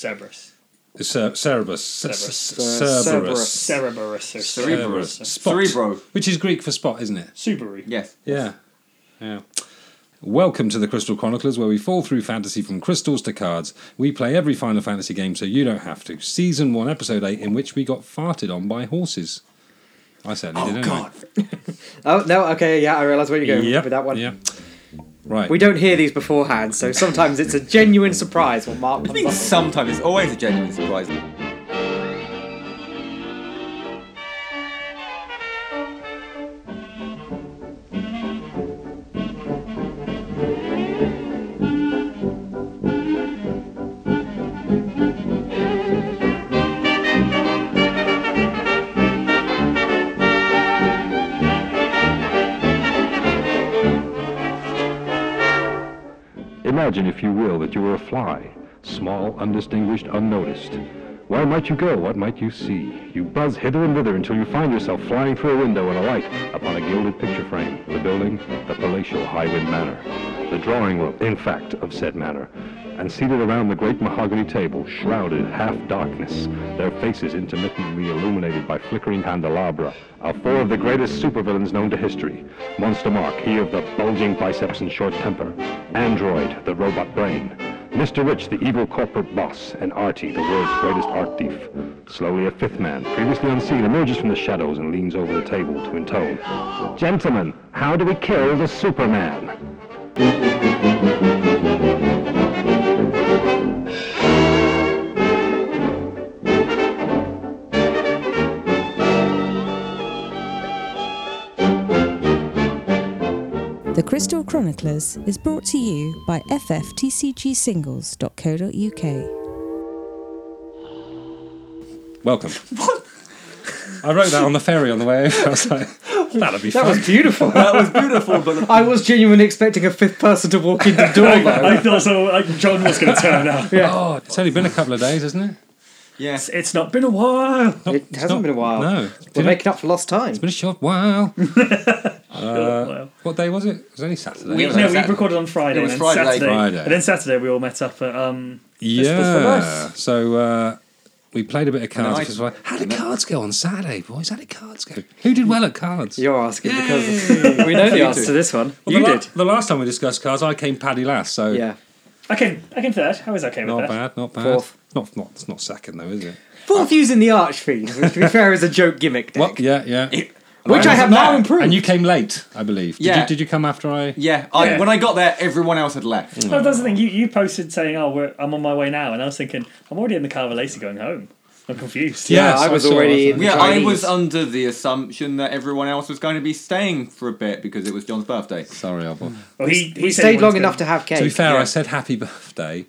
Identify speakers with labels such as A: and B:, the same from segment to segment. A: Cerberus.
B: Cer- Cerberus.
A: Cerberus.
B: Cerberus.
C: Uh,
B: Cerberus.
D: Cer- Cerberus.
A: Cerberus. Or
D: Cerebrus.
A: Cerberus.
B: Spot.
D: Cerebro.
B: Which is Greek for spot, isn't it?
A: Subaru.
D: Yes.
B: Yeah. Yeah. Welcome to the Crystal Chroniclers, where we fall through fantasy from crystals to cards. We play every Final Fantasy game so you don't have to. Season 1, Episode 8, in which we got farted on by horses. I certainly did,
D: Oh,
B: anyway.
D: God.
C: Oh no, okay, yeah, I realise where you're going
B: Yep,
C: with that one.
B: Yep. Right.
C: We don't hear these beforehand, so sometimes it's a genuine surprise what Mark
D: I think sometimes it's always a genuine surprise.
E: Imagine, if you will, that you were a fly, small, undistinguished, unnoticed. Where might you go? What might you see? You buzz hither and thither until you find yourself flying through a window and alight upon a gilded picture frame, the building, the palatial Highwind Manor, the drawing room, in fact, of said manor, and seated around the great mahogany table, shrouded in half darkness, their faces intermittently illuminated by flickering candelabra, are four of the greatest supervillains known to history. Monster Mark, he of the bulging biceps and short temper, Android, the robot brain, Mr. Rich, the evil corporate boss, and Artie, the world's greatest art thief. Slowly, a fifth man, previously unseen, emerges from the shadows and leans over the table to intone, Gentlemen, how do we kill the Superman?
F: The Crystal Chroniclers is brought to you by ffTCgsingles.co.uk.
B: Welcome. I wrote that on the ferry on the way over. I was like, that'll be
C: That
B: fun.
C: was beautiful.
D: That was beautiful, but
C: I was genuinely expecting a fifth person to walk in the door though.
A: I thought so. Like John was going to turn up.
B: Oh, it's only been a couple of days, isn't it?
D: yeah.
A: It's, it's not been a while.
B: Uh,
C: It hasn't
B: not-
C: been a while.
B: No.
C: We're
B: Did it-
C: making up for lost time.
B: It's been a short while.
A: Well,
B: What day was it? It was only Saturday.
A: we,
D: it was
A: no,
D: on
A: we
D: Saturday.
A: recorded on Friday.
D: It was
A: and then
D: Friday.
A: Saturday,
B: Friday.
A: And then Saturday we all met up at um.
B: Yeah. So uh, we played a bit of
D: I-
B: cards. because we're like, How did cards go on Saturday, boys? How did cards go? Who did well at cards?
C: You're asking because we know the answer to this one.
B: Well,
C: you
B: the la-
C: did.
B: The last time we discussed cards, I came paddy last. So
C: Yeah.
A: I came. I came third. I was okay with
B: not
A: that.
B: bad, not bad.
C: Fourth.
B: Not not it's not second though, is it?
C: Fourth using the Archfiend, which to be fair is a joke gimmick deck.
B: Well, yeah, yeah.
C: Which I have now
D: Wasn't
C: improved.
B: And you came late, I believe. Did
D: Yeah.
B: you did you come after I?
D: Yeah, I,
A: Yeah. Mm.
D: when I got there, everyone else had left.
A: No, that's the thing. You, you posted saying, "Oh, we're, I'm on my way now," and I was thinking, "I'm already in the car with Lacey going home." I'm confused.
C: Yeah,
B: Yes,
C: I was
B: saw,
C: already
B: saw.
C: in-
D: Yeah, I
C: Chinese.
D: was um, under the assumption that everyone else was going to be staying for a bit because it was John's birthday.
B: Sorry, Albo.
A: Well, he, he
C: we
A: said
C: stayed
A: he
C: long
A: wanted
C: enough to have cake.
B: To be fair,
D: yeah.
B: I said happy birthday,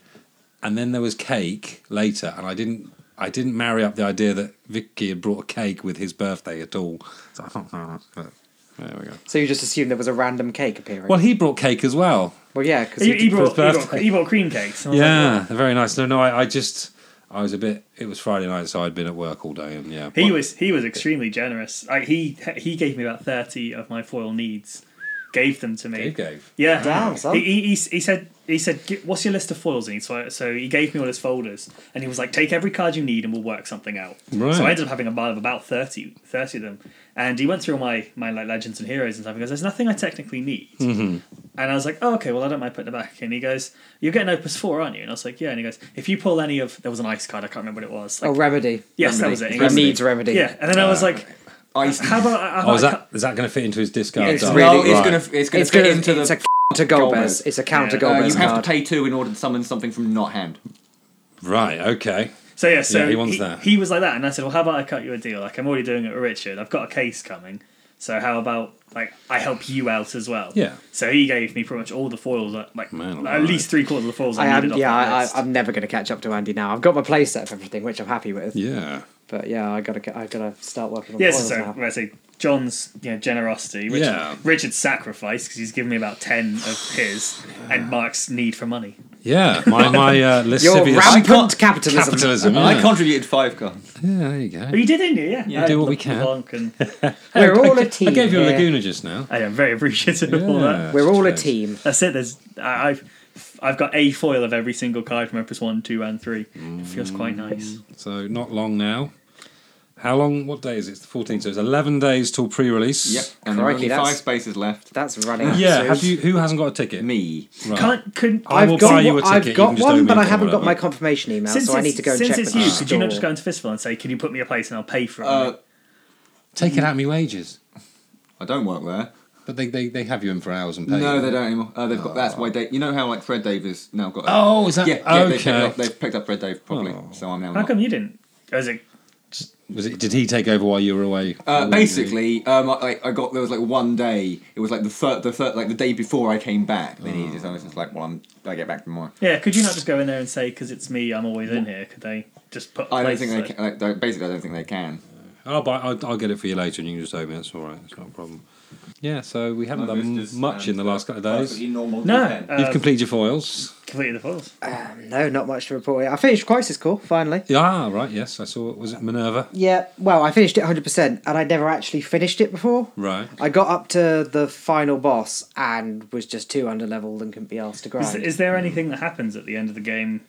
B: and then there was cake later, and I didn't. I didn't marry up the idea that Vicky had brought a cake with his birthday at all. So I thought, "Oh, that's good." there we go.
C: So you just assumed there was a random cake appearing.
B: Well, he brought cake as well.
C: Well, yeah, because
A: He, he brought, he,
B: for his
A: brought,
B: birthday.
A: he brought cream cakes. and I was like,
B: Yeah, very nice. No, no, I, I just, I was a bit. It was Friday night, so I'd been at work all day, and yeah,
A: He was he was extremely generous. Like he he gave me about thirty of my foil needs, gave them to me.
B: He gave.
A: Yeah,
C: Damn, son.
A: He, he, he, he said he said "Gi- what's your list of foils needs? So, I- so he gave me all his folders, and he was like, take every card you need, and we'll work something out.
B: Right.
A: So I ended up having a pile of about 30, 30 of them, and he went through all my my like legends and heroes and stuff. He goes, there's nothing I technically need, and I was like, oh, okay, well I don't mind putting it back. And he goes, you're getting Opus Four, aren't you? And I was like, yeah. And he goes, if you pull any of there was an ice card, I can't remember what it was. Like,
C: a Oh, remedy.
A: yes, that
D: Remedy.
A: was it. He
C: It
A: goes,
C: needs remedy. Uh,
A: yeah, and then I was like,
D: Ice.
A: how about how
B: Oh, is
A: about-
B: that is that going to fit into his discard?
C: It's
B: dial?
C: really-
D: no, it's
B: Right.
D: gonna it's gonna
C: It's
D: fit
C: gonna,
D: into the.
C: it's a counter Golbez.
D: Golbez.
C: It's a counter
A: Yeah.
D: uh,
C: Golbez
D: you have
C: card.
D: to pay two in order to summon something from not hand.
B: Right. Okay.
A: So yeah, so
B: Yeah,
A: he,
B: he wants that.
A: he was like that, and I said, "Well, how about I cut you a deal? Like I'm already doing it with Richard. I've got a case coming. So how about like I help you out as well?"
B: Yeah.
A: So he gave me pretty much all the foils, like, like
B: Man
A: at
B: alive.
A: least three quarters of the foils I,
C: I am,
A: needed.
C: yeah,
A: off that
C: I, I,
A: list.
C: I'm never going to catch up to Andy now. I've got my play set of everything, which I'm happy with.
B: Yeah.
C: But yeah, I gotta, get- I gotta start working on
A: yeah.
C: foils
A: So, so
C: now.
A: let's say John's you know, generosity, Richard,
B: Yeah.
A: Richard's sacrifice because he's given me about ten of his, and Mark's need for money.
B: Yeah. My my uh,
C: Your
B: lascivious
C: rampant
D: can't-
C: capitalism.
B: capitalism. Yeah.
D: I contributed five cards.
B: yeah. There you go.
A: But you did, didn't you? Yeah.
D: Yeah.
A: I
B: Do what we
A: loved the
B: can.
A: Blanc and-
C: We're all
B: I,
C: a team.
B: I gave you a
C: here.
B: Laguna just now.
A: I am very appreciative of all that.
B: Yeah.
C: We're all a
B: Thanks.
C: team.
A: That's it. There's I, I've I've got a foil of every single card from Empress One, Two, and Three. It feels quite
D: Mm.
A: nice.
B: So not long now. How long? What day is it? It's the 14th. So it's 11 days till pre-release.
D: Yep. And there are
C: Crikey,
D: only
C: that's-
D: five spaces left.
C: That's running.
B: Yeah.
C: soon.
B: Have you? Who hasn't got a ticket?
D: Me.
B: Right.
A: Can't couldn't
B: I will
C: I've got,
B: buy you a
C: one- I've
B: ticket, you
C: got
B: can just owe
C: one,
B: me
C: but
B: it
C: I
B: or
C: haven't got
B: whatever.
C: my confirmation email, so I
A: it's-
C: need to go and
A: since
C: check
A: it's
C: with
A: you,
C: the
A: could you not
C: store.
A: just go into Fistful and say, "Can you put me a place and I'll pay for it"?
D: Uh,
B: Take it out of me wages.
D: I don't work there.
B: But they, they, they have you in for hours and pay.
D: No,
B: you.
D: they don't anymore. Uh, they've got. That's why they. You know how like Fred Dave has now got. A,
B: Oh, is that
D: yeah, yeah. They've, picked
B: okay?
D: up, they've picked up Fred Dave probably.
B: Oh.
D: So I'm now.
A: How
D: not-
A: come you didn't? As a
B: Was it? Did he take over while you were away?
D: Uh,
B: Or was he-
D: basically, um, I, like, I got there was like one day. It was like the third, the third, like the day before I came back. Then he just, I was just like, well, I'm, I get back tomorrow.
A: yeah, could you not just go in there and say, "Because it's me, I'm always in here"? Could they just put? a
D: I don't
A: place
D: think
A: there?
D: they can. Like, they- basically, I don't think they can.
B: I'll buy. I'll, I'll get it for you later, and you can just owe me. That's all right. It's not a problem. Yeah. So we haven't done much in the last
D: uh,
B: couple of days.
D: normal.
A: No, uh,
B: You've completed your foils.
A: completed the foils.
C: No, not much to report. here. I finished Crisis Core finally.
B: Ah, right. Yes, I saw. Was it Minerva?
C: Yeah, well, I finished it 100%, and I'd never actually finished it before.
B: Right.
C: I got up to the final boss and was just too underleveled and couldn't be asked to grind.
A: Is, is there anything that happens at the end of the game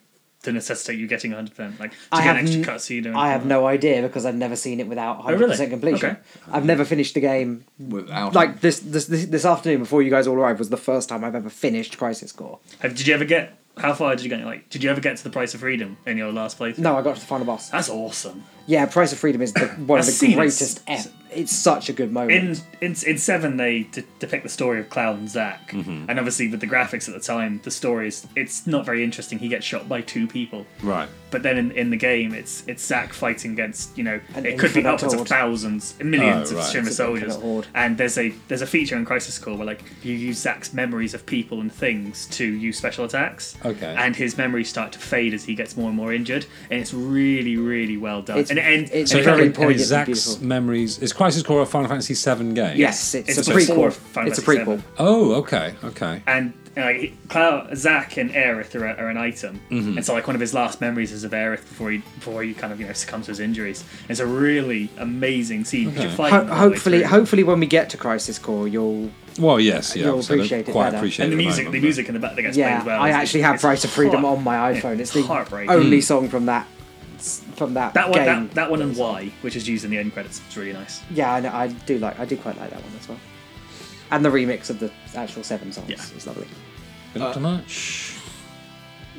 A: to necessitate you getting 100? percent Like to
C: I
A: get an
C: have
A: extra
C: n-
A: cutscene? or
C: I have
A: anything
C: no idea because I've never seen it without 100%
A: Oh, really?
C: completion.
A: Okay.
C: I've never finished the game.
D: Without
C: Like this, this this this afternoon before you guys all arrived was the first time I've ever finished Crisis Core.
A: like that? Have, did you ever get? How far did you get? Like, did you ever get to the Price of Freedom in your last playthrough?
C: No, I got to the final boss.
A: That's awesome.
C: Yeah, Price of Freedom is the, one of
A: Uh, I've
C: the
A: seen it.
C: greatest. F. It's such a good moment.
A: in in in seven they de- depict the story of clown Zack,
B: Mm-hmm.
A: and obviously with the graphics at the time, the story is it's not very interesting. He gets shot by two people,
B: Right.
A: but then in, in the game, it's it's Zack fighting against you know
C: An
A: it could be
C: infinite
A: upwards of
C: horde.
A: thousands, millions
B: Oh, right.
A: of Shima
C: It's an infinite
A: soldiers.
C: horde.
A: And there's a there's a feature in Crisis Core where like you use Zack's memories of people and things to use special attacks.
B: Okay.
A: and his memories start to fade as he gets more and more injured, and it's really really well done.
C: It's-
A: and it ends.
C: it's
A: and
B: So
A: it
C: very
A: kind of-
B: very
C: poignant and
B: Zach's
C: beautiful.
B: memories. Is Crisis Core a Final Fantasy VII game?
C: yes, it's,
A: it's
C: a
A: before
C: prequel.
A: Final
C: It's a
A: Fantasy
C: prequel.
A: VII.
B: Oh, okay, okay.
A: and like Cloud, Zack and Aerith are, are an item,
D: Mm-hmm.
A: and so like one of his last memories is of Aerith before he before he kind of you know succumbs to his injuries. It's a really amazing scene. 'cause You're fighting
C: Ho-
A: the whole way
C: hopefully,
A: through.
C: hopefully, when we get to Crisis Core, you'll
B: Well, yes, yeah.
C: You'll
B: so I don't
C: appreciate it
B: quite
C: better.
B: appreciate
A: and the
B: it at
A: music,
B: moment,
A: the
B: but-
A: music in the back that gets played
C: yeah.
A: as well.
C: I
A: is-
C: actually have
A: is
C: Price of Freedom
A: heart-
C: on my iPhone.
A: yeah,
C: it's the
A: heartbreaking.
C: only song from that from that,
A: That one,
C: game.
A: that, that one, and why, which is used in the end credits, it's really nice.
C: Yeah, I, know, I do like. I do quite like that one as well. And the remix of the actual seven songs
A: Yeah.
C: is lovely.
B: Been up to much.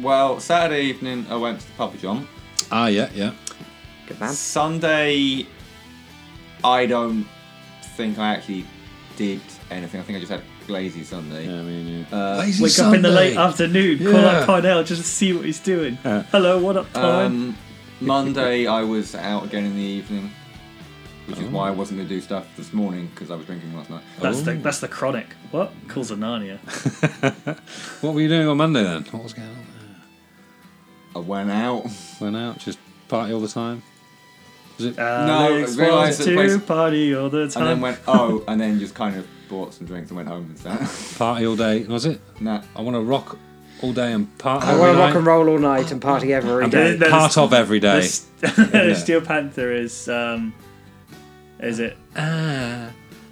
D: Well, Saturday evening I went to the pub, John.
B: Ah, yeah, yeah.
C: Good man.
D: Sunday, I don't think I actually did anything. I think I just had lazy Sunday.
B: Yeah, I mean, yeah.
C: Uh,
B: Lazy
A: Wake up in the
B: Sunday.
A: late afternoon, call
B: Yeah.
A: up Cornell just to see what he's doing. Hello, what up, Tom?
D: Uh, Um, Monday I was out again in the evening, which is why I wasn't going to do stuff this morning because I was drinking last night.
A: that's the that's the chronic. What calls a Narnia?
B: What were you doing on Monday then? What was going on?
D: I went out.
B: Went out, just party all the time. Was
A: Uh,
B: it?
D: No,
A: Alex
D: I realised
A: wants
D: that
A: to
D: place-
A: party all the time.
D: and then went oh, and then just kind of bought some drinks and went home and stuff.
B: party all day. Was it?
D: nah.
B: I want to rock all day and party.
C: I want to rock and roll all night and party every
A: then-
C: day.
A: then-
B: Part of every
A: The
B: day.
A: s- Steel Panther is um, is it?
B: I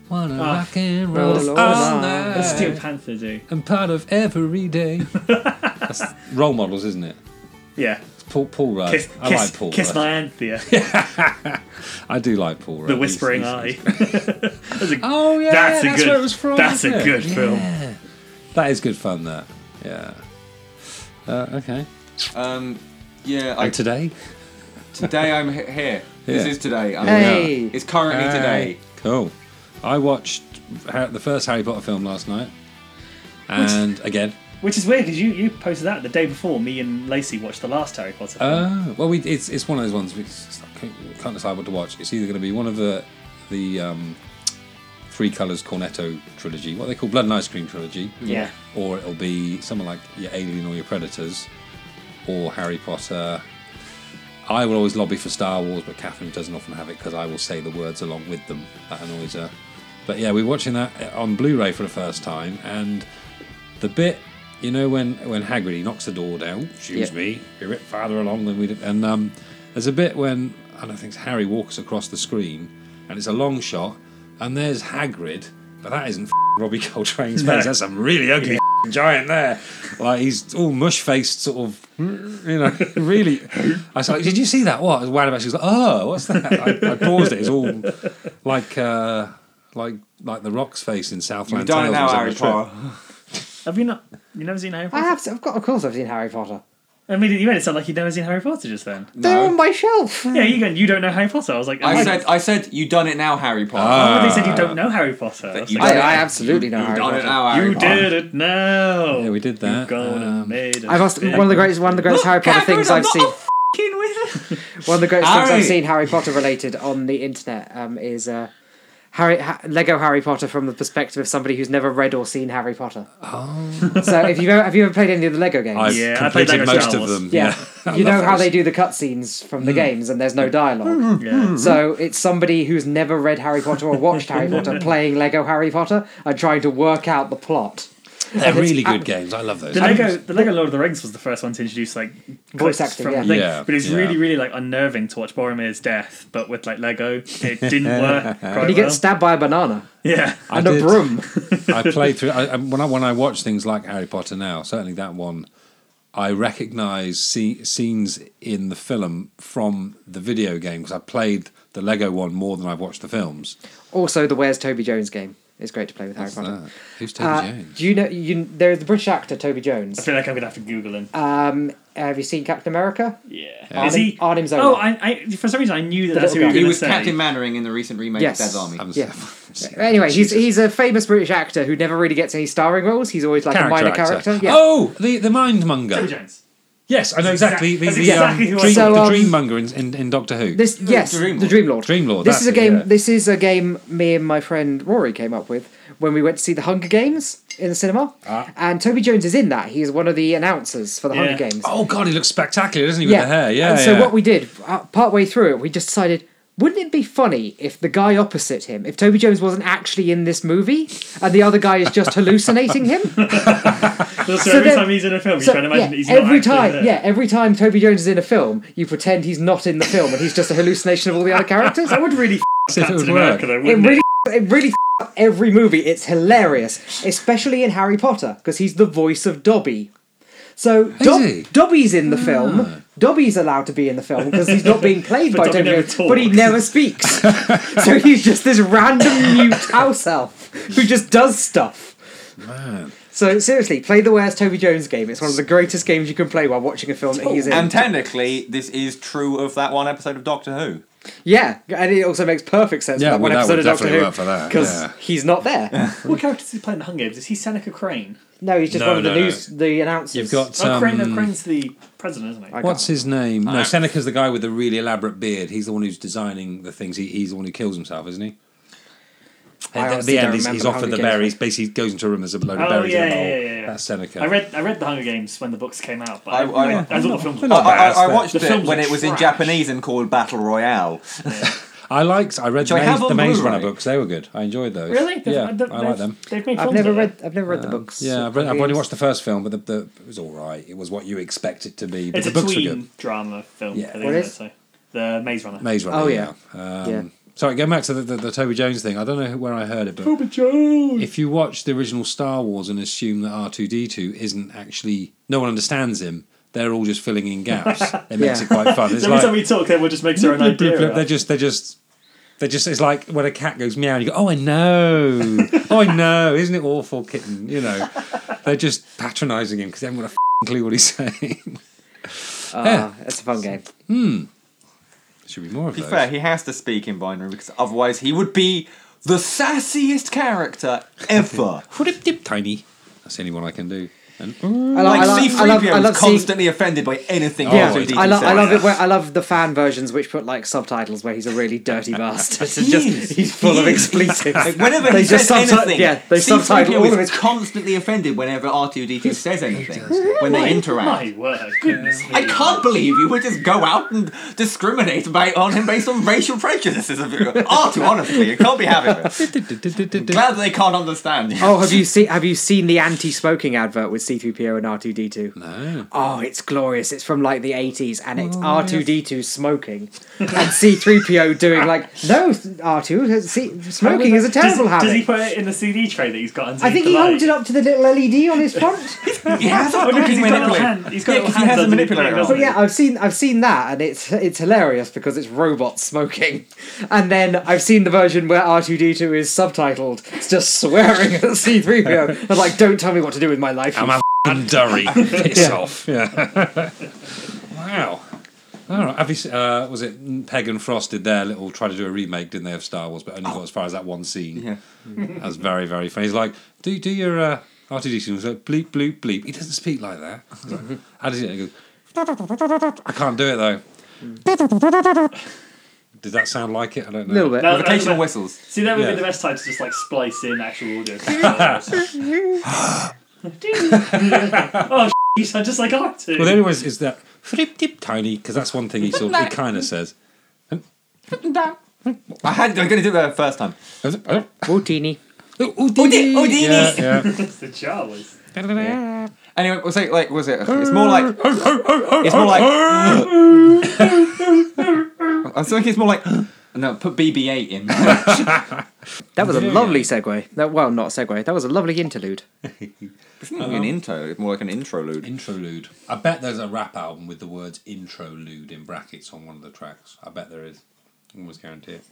B: want to
A: Ah.
B: rock and
C: Roll
B: roll
C: all
B: all
C: night.
A: What's Steel
B: night
A: Panther do?
B: and part of every day. That's role models, isn't it?
A: Yeah,
B: Paul, Paul Rudd.
A: kiss,
B: I
A: kiss,
B: like Paul
A: kiss
B: Rudd.
A: my Anthea,
B: I do like Paul Rudd.
A: the
B: He's-
A: Whispering
B: he's-
A: Eye.
B: he's-
A: That's a-
B: Oh yeah,
A: That's
B: that's,
A: a good-
B: where it was from.
A: that's
B: isn't
A: a
B: it?
A: good film.
B: Yeah. That is good fun. That. Yeah. Uh, okay.
D: Um, yeah. I,
B: And today.
D: today I'm he- here. This
B: Yeah.
D: is today. I'm
C: Hey.
D: here. It's currently today.
B: Uh, Cool. I watched Har- the first Harry Potter film last night, and again.
A: Which is weird because you, you posted that the day before me and Lacey watched the last Harry Potter. Film.
B: Uh, well, we, it's it's one of those ones we s- can't can't decide what to watch. It's either going to be one of the the um, Three Colors Cornetto trilogy, what they call Blood and Ice Cream trilogy,
C: Yeah.
B: or it'll be someone like your Alien or your Predators, or Harry Potter. I will always lobby for Star Wars, but Catherine doesn't often have it because I will say the words along with them. That annoys her. But yeah, we're watching that uh, on Blu-ray for the first time, and the bit, you know, when when Hagrid he knocks the door down, excuse
C: Yeah.
B: me, you're a bit farther along than we did, and um, there's a bit when I don't think it's Harry walks across the screen, and it's a long shot, and there's Hagrid, but that isn't f***ing Robbie Coltrane's face. That's some really ugly giant there. Like he's all mush faced, sort of, you know, really. I was like, did you see that? What? Wow, she was like, oh, what's that? I, I paused it. It's all like, uh, like, like the rock's face in Southland
D: You've done it
B: Tales.
D: now,
B: was on
D: Harry
B: the trip.
D: Potter.
A: Have you not? You never seen Harry
C: I
A: Potter?
C: have. I've got. Of course, I've seen Harry Potter.
A: I mean, you made it sound like you'd never seen Harry Potter just then.
C: They're on my shelf.
A: Yeah, you go. You don't know Harry Potter. I was like,
D: I
A: oh,
D: said, I said, you done it now, Harry Potter.
A: Oh, they
B: uh,
A: said you don't know Harry Potter. I
D: That
A: was
D: you
A: like,
C: I,
D: Yeah.
C: I absolutely know
D: you
C: Harry
D: done
C: Potter.
D: it now, Harry
A: you
D: Potter.
A: did it now.
B: Yeah, we did that.
A: You've gone
B: Um,
A: and made.
C: I've asked one of the greatest. One of the greatest Harry Potter things I've seen. One of the greatest things
D: Harry!
C: I've seen Harry Potter related on the internet um, is uh, Harry ha- Lego Harry Potter from the perspective of somebody who's never read or seen Harry Potter. Oh. So if you have have you ever played any of the Lego games?
B: I've
A: Yeah, I played
B: completed
A: Lego
B: most
A: Star
B: of
A: Wars.
B: them.
C: yeah.
B: Yeah, I
C: You know
B: love
C: how
B: those.
C: they do the cutscenes from the games and there's no dialogue.
B: Hmm.
A: Yeah.
C: So it's somebody who's never read Harry Potter or watched Harry Potter playing Lego Harry Potter and trying to work out the plot.
B: They're really good games. I love those.
A: The Lego, the Lego Lord of the Rings was the first one to introduce like
C: Voice
A: clips
C: acting,
A: from
C: yeah.
A: the thing.
B: Yeah,
A: but it's
B: yeah.
A: really, really like unnerving to watch Boromir's death, but with like Lego, it didn't work. Quite
C: And he
A: well.
C: gets stabbed by a banana
A: Yeah,
B: I
C: and a
B: did-
C: broom.
B: I played through. I, I- when I when I watch things like Harry Potter now, certainly that one, I recognise sce- scenes in the film from the video game because I played the Lego one more than I've watched the films.
C: Also, the Where's Toby Jones game is great to play with Harry Potter.
B: Uh, who's Toby
C: Uh,
B: Jones?
C: do you know you? There is the British actor Toby
A: I
C: Jones.
A: feel like I'm gonna have to Google him.
C: Um, have you seen Captain America?
A: yeah,
B: Yeah.
A: is he?
C: Arnim- Arnim Zola.
A: oh, I, I for some reason I knew that
C: The
A: that's who
C: little
A: you were
C: guy.
D: He
A: gonna
D: was
A: say.
D: Captain Mannering in the recent remake
C: Yes.
D: of Dad's Army.
B: Haven't-
C: yeah. Uh,
B: haven't seen it.
C: Anyway, he's,
B: Jesus.
C: he's a famous British actor who never really gets any starring roles. He's always like a minor character. Yeah.
B: Oh, the the
A: Toby
B: mindmonger.
A: Jones.
B: Yes, I know
A: That's
B: exactly. The,
A: exact-
B: the,
A: that's
B: um,
A: exactly who I
B: dream,
C: said.
B: the
C: So, um,
B: Dreammonger in, in, in Doctor Who.
C: This yes,
D: Dream
C: the
D: Lord.
C: Dream Lord.
B: Dream Lord,
C: This is
B: that's
C: a
B: it,
C: game.
B: yeah.
C: This is a game. Me and my friend Rory came up with when we went to see the Hunger Games in the cinema. And Toby Jones is in that. He is one of the announcers for the
A: Yeah.
C: Hunger Games.
B: oh God, he looks spectacular, doesn't he? With the hair, yeah.
C: And so
B: yeah.
C: what we did uh, part way through it, we just decided. Wouldn't it be funny if the guy opposite him, if Toby Jones wasn't actually in this movie, and the other guy is just hallucinating him?
A: So, every
C: then-
A: time he's in a film, you
C: So,
A: can imagine that
C: yeah,
A: he's not
C: every
A: actually
C: time,
A: there.
C: yeah, every time Toby Jones is in a film, you pretend he's not in the film and he's just a hallucination of all the other characters.
A: that would really f-
B: See if it
A: Captain
B: would work.
A: America though,
C: it
A: wouldn't it?
C: really, it really f- up every movie. It's hilarious, especially in Harry Potter because he's the voice of Dobby. So Dob-
B: he? Ah.
C: Dobby's in the film. Dobby's allowed to be in the film because he's not being played by
A: Dobby
C: Toby
A: never
C: Jones, but he
A: talks.
C: never speaks. so he's just this random mute house elf who just does stuff.
B: Man.
C: So seriously, play the Where's Toby Jones game. It's one of the greatest games you can play while watching a film that he's in.
D: And technically, this is true of that one episode of Doctor Who.
C: yeah, and it also makes perfect sense.
B: Yeah,
C: for
B: well,
C: that one
B: that
C: episode
B: would
C: of Doctor
B: definitely
C: Who
B: work for that,
C: because
B: yeah.
C: he's not there.
A: What character is he playing in the Hunger Games? Is he Seneca Crane?
C: No, he's just
B: No,
C: one of the
B: no, no.
C: news, the announcers.
B: You've got
A: Oh,
B: um,
A: Crane, no, Crane's the president, isn't he?
B: What's his name? No, Seneca's the guy with the really elaborate beard. He's the one who's designing the things. He, he's the one who kills himself, isn't he?
C: I
B: At
C: honestly
B: the end,
C: don't
B: he's,
C: remember
B: he's
C: the
B: offered
C: Hunger
B: the
C: Games
B: berries. Basically, he goes into a room. There's a load of
A: Oh,
B: berries
A: yeah,
B: in a bowl.
A: yeah, yeah, yeah.
B: That's Seneca.
A: I read I read the Hunger Games when the books came out, but I,
D: I- I-
A: I, I thought the film was
D: I,
A: bad.
D: I,
B: that's
D: I
B: the-
D: watched
A: the
D: it
A: films
D: when
A: are
D: it was in
A: trash.
D: Japanese and called Battle Royale.
B: I liked. I read
D: So
B: the,
D: I
B: Maze,
D: have on
B: the Maze
D: Blu-ray.
B: Runner books. They were good. I enjoyed those.
A: Really? They've-
B: Yeah,
A: they've-
B: I like them.
A: They've made
C: I've
A: films
C: never
A: of it.
C: read. I've never read the books.
B: Yeah, I've, read, I've
C: Um, Games.
B: only watched the first film, but the, the, it was all right. It was what you expect it to be. But
A: It's
B: the
A: a
B: books were
A: tween
B: good.
A: drama film.
B: Yeah.
A: I think,
C: What
A: isn't
C: is?
A: it? So, the Maze Runner.
B: Maze Runner.
C: Oh,
B: yeah.
C: yeah.
B: Um,
C: Yeah.
B: Sorry, going back to the, the, the Toby Jones thing. I don't know who- where I heard it, but
A: Toby Jones.
B: if you watch the original Star Wars and assume that R two D two isn't actually no one understands him, they're all just filling in gaps. It makes
C: Yeah.
B: it quite fun. It's
A: Every time
B: like
A: we talk, everyone just makes their own idea. up.
B: they're just they're just they're just it's like when a cat goes meow and you go, Oh I know. oh I know, isn't it awful kitten? You know. They're just patronising him because they haven't got a f***ing clue what he's saying.
C: Ah, it's a fun game.
B: Should be more of
D: To be
B: those.
D: fair, he has to speak in binary because otherwise he would be the sassiest character ever.
B: Whoop, dip, Tiny. That's the only one I can do. And
C: I
D: like C3PO
C: I love, I love
D: was
C: seeing-
D: constantly offended by anything.
C: Yeah,
B: Oh,
C: I, love.
D: love.
C: I love it. Where I love the fan versions which put like subtitles where he's a really dirty bastard. It's
D: He
C: just
D: is.
C: he's full
D: He
C: of
D: is.
C: expletives.
D: Like, whenever
C: They
D: he
C: just
D: says
C: subti-
D: anything,
C: yeah, they subtitle all of
D: is
C: it.
D: constantly offended whenever R2D2 says anything when they interact.
A: My word, goodness.
D: I can't believe you would just go out and discriminate by, on him based on racial prejudices. of R2, honestly, you can't be having it. Glad they can't understand you.
C: Oh, have you seen? Have you seen the anti-smoking advert with C3PO and R2D2.
B: No.
C: Oh, it's glorious. It's from like the 80s and
A: Oh,
C: it's R2D2 smoking and C3PO doing like, no, R2, see, smoking is a
A: Does,
C: terrible habit.
A: does he put it in the CD tray that he's got? underneath
C: I think
A: the
C: he
A: light?
C: holds it up to the little LED on his front.
D: He has
A: Oh,
D: a
A: because he's
D: fucking
A: got a little
D: manipulator.
A: hand. He's got
D: Yeah,
A: little
D: 'cause he
A: hands
D: has a
A: underneath
D: manipulator
A: it,
D: on.
A: doesn't
C: But yeah, I've seen I've seen that, and it's it's hilarious because it's robots smoking. And then I've seen the version where R two D two is subtitled. It's just swearing at C three PO. And like, don't tell me what to do with my life. you
B: I'm a f***ing durry. Piss off. Yeah. wow. All right. Have you, se- uh, was it Peg and Frost did their little try to do a remake, didn't they, of Star Wars? But only got as far as that one scene.
D: Yeah.
B: That's very very funny. He's like, do do your uh, RTD scene. He's like, bleep bleep bleep. He doesn't speak like that. He's like, How does he? do it?" He goes, I can't do it though. Did that sound like it? I don't know.
C: little bit.
A: That-
D: With occasional whistles.
A: See, that would
B: Yeah.
A: be the best time to just like splice in actual audio. oh, you sound just like R two.
B: Well, the only one is, is that frip dip tiny because that's one thing he sort of, he kind of says.
D: I had. I'm going to do that first time.
B: Oh,
C: Woutini.
B: Udini.
D: Udini.
B: Yeah, yeah.
A: the Jawas.
D: Anyway, was it like? Was it? It's more like. It's more like. I was thinking it's more like. No, put BB-8 in.
C: That was a lovely segue. That, well, not a segue. That was a lovely interlude.
D: it's not an intro. It's more like an introlude.
B: Introlude. I bet there's a rap album with the words introlude in brackets on one of the tracks. I bet there is. I can almost guarantee it.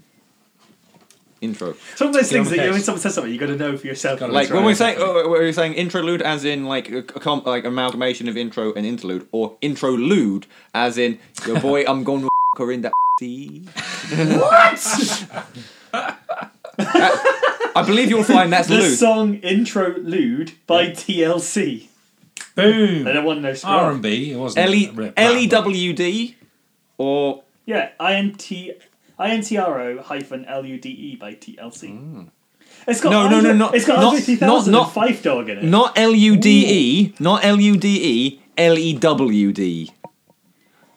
D: Intro.
A: It's one of those things
B: on
A: that
B: the
A: you know,
B: case.
A: when someone says something, you got to know for yourself.
B: Gotta
D: Like
B: That's
D: when we're
B: right.
D: saying, uh, we we're saying introlude as in like a com- like amalgamation of intro and interlude, or introlude as in your boy, I'm going to f- her in that. sea." what? I believe you'll find that's
A: the
D: Lude.
A: song "Intro Lude" by TLC. I
B: Boom.
A: don't want no
B: E R
A: scroll.
B: and B. It wasn't
A: E
D: L-E-
B: rap, but-
D: L-E-W-D E or
A: Yeah, I N T I N T R O hyphen L U D E by TLC. It's got
D: Mm. No, no, no,
A: Andre-
D: not-
A: It's got
D: not-
A: Andre 3000
D: not-
A: and Fife Dog in it.
D: not L-U-D-E, E, not L-U-D-E, L-E-W-D. E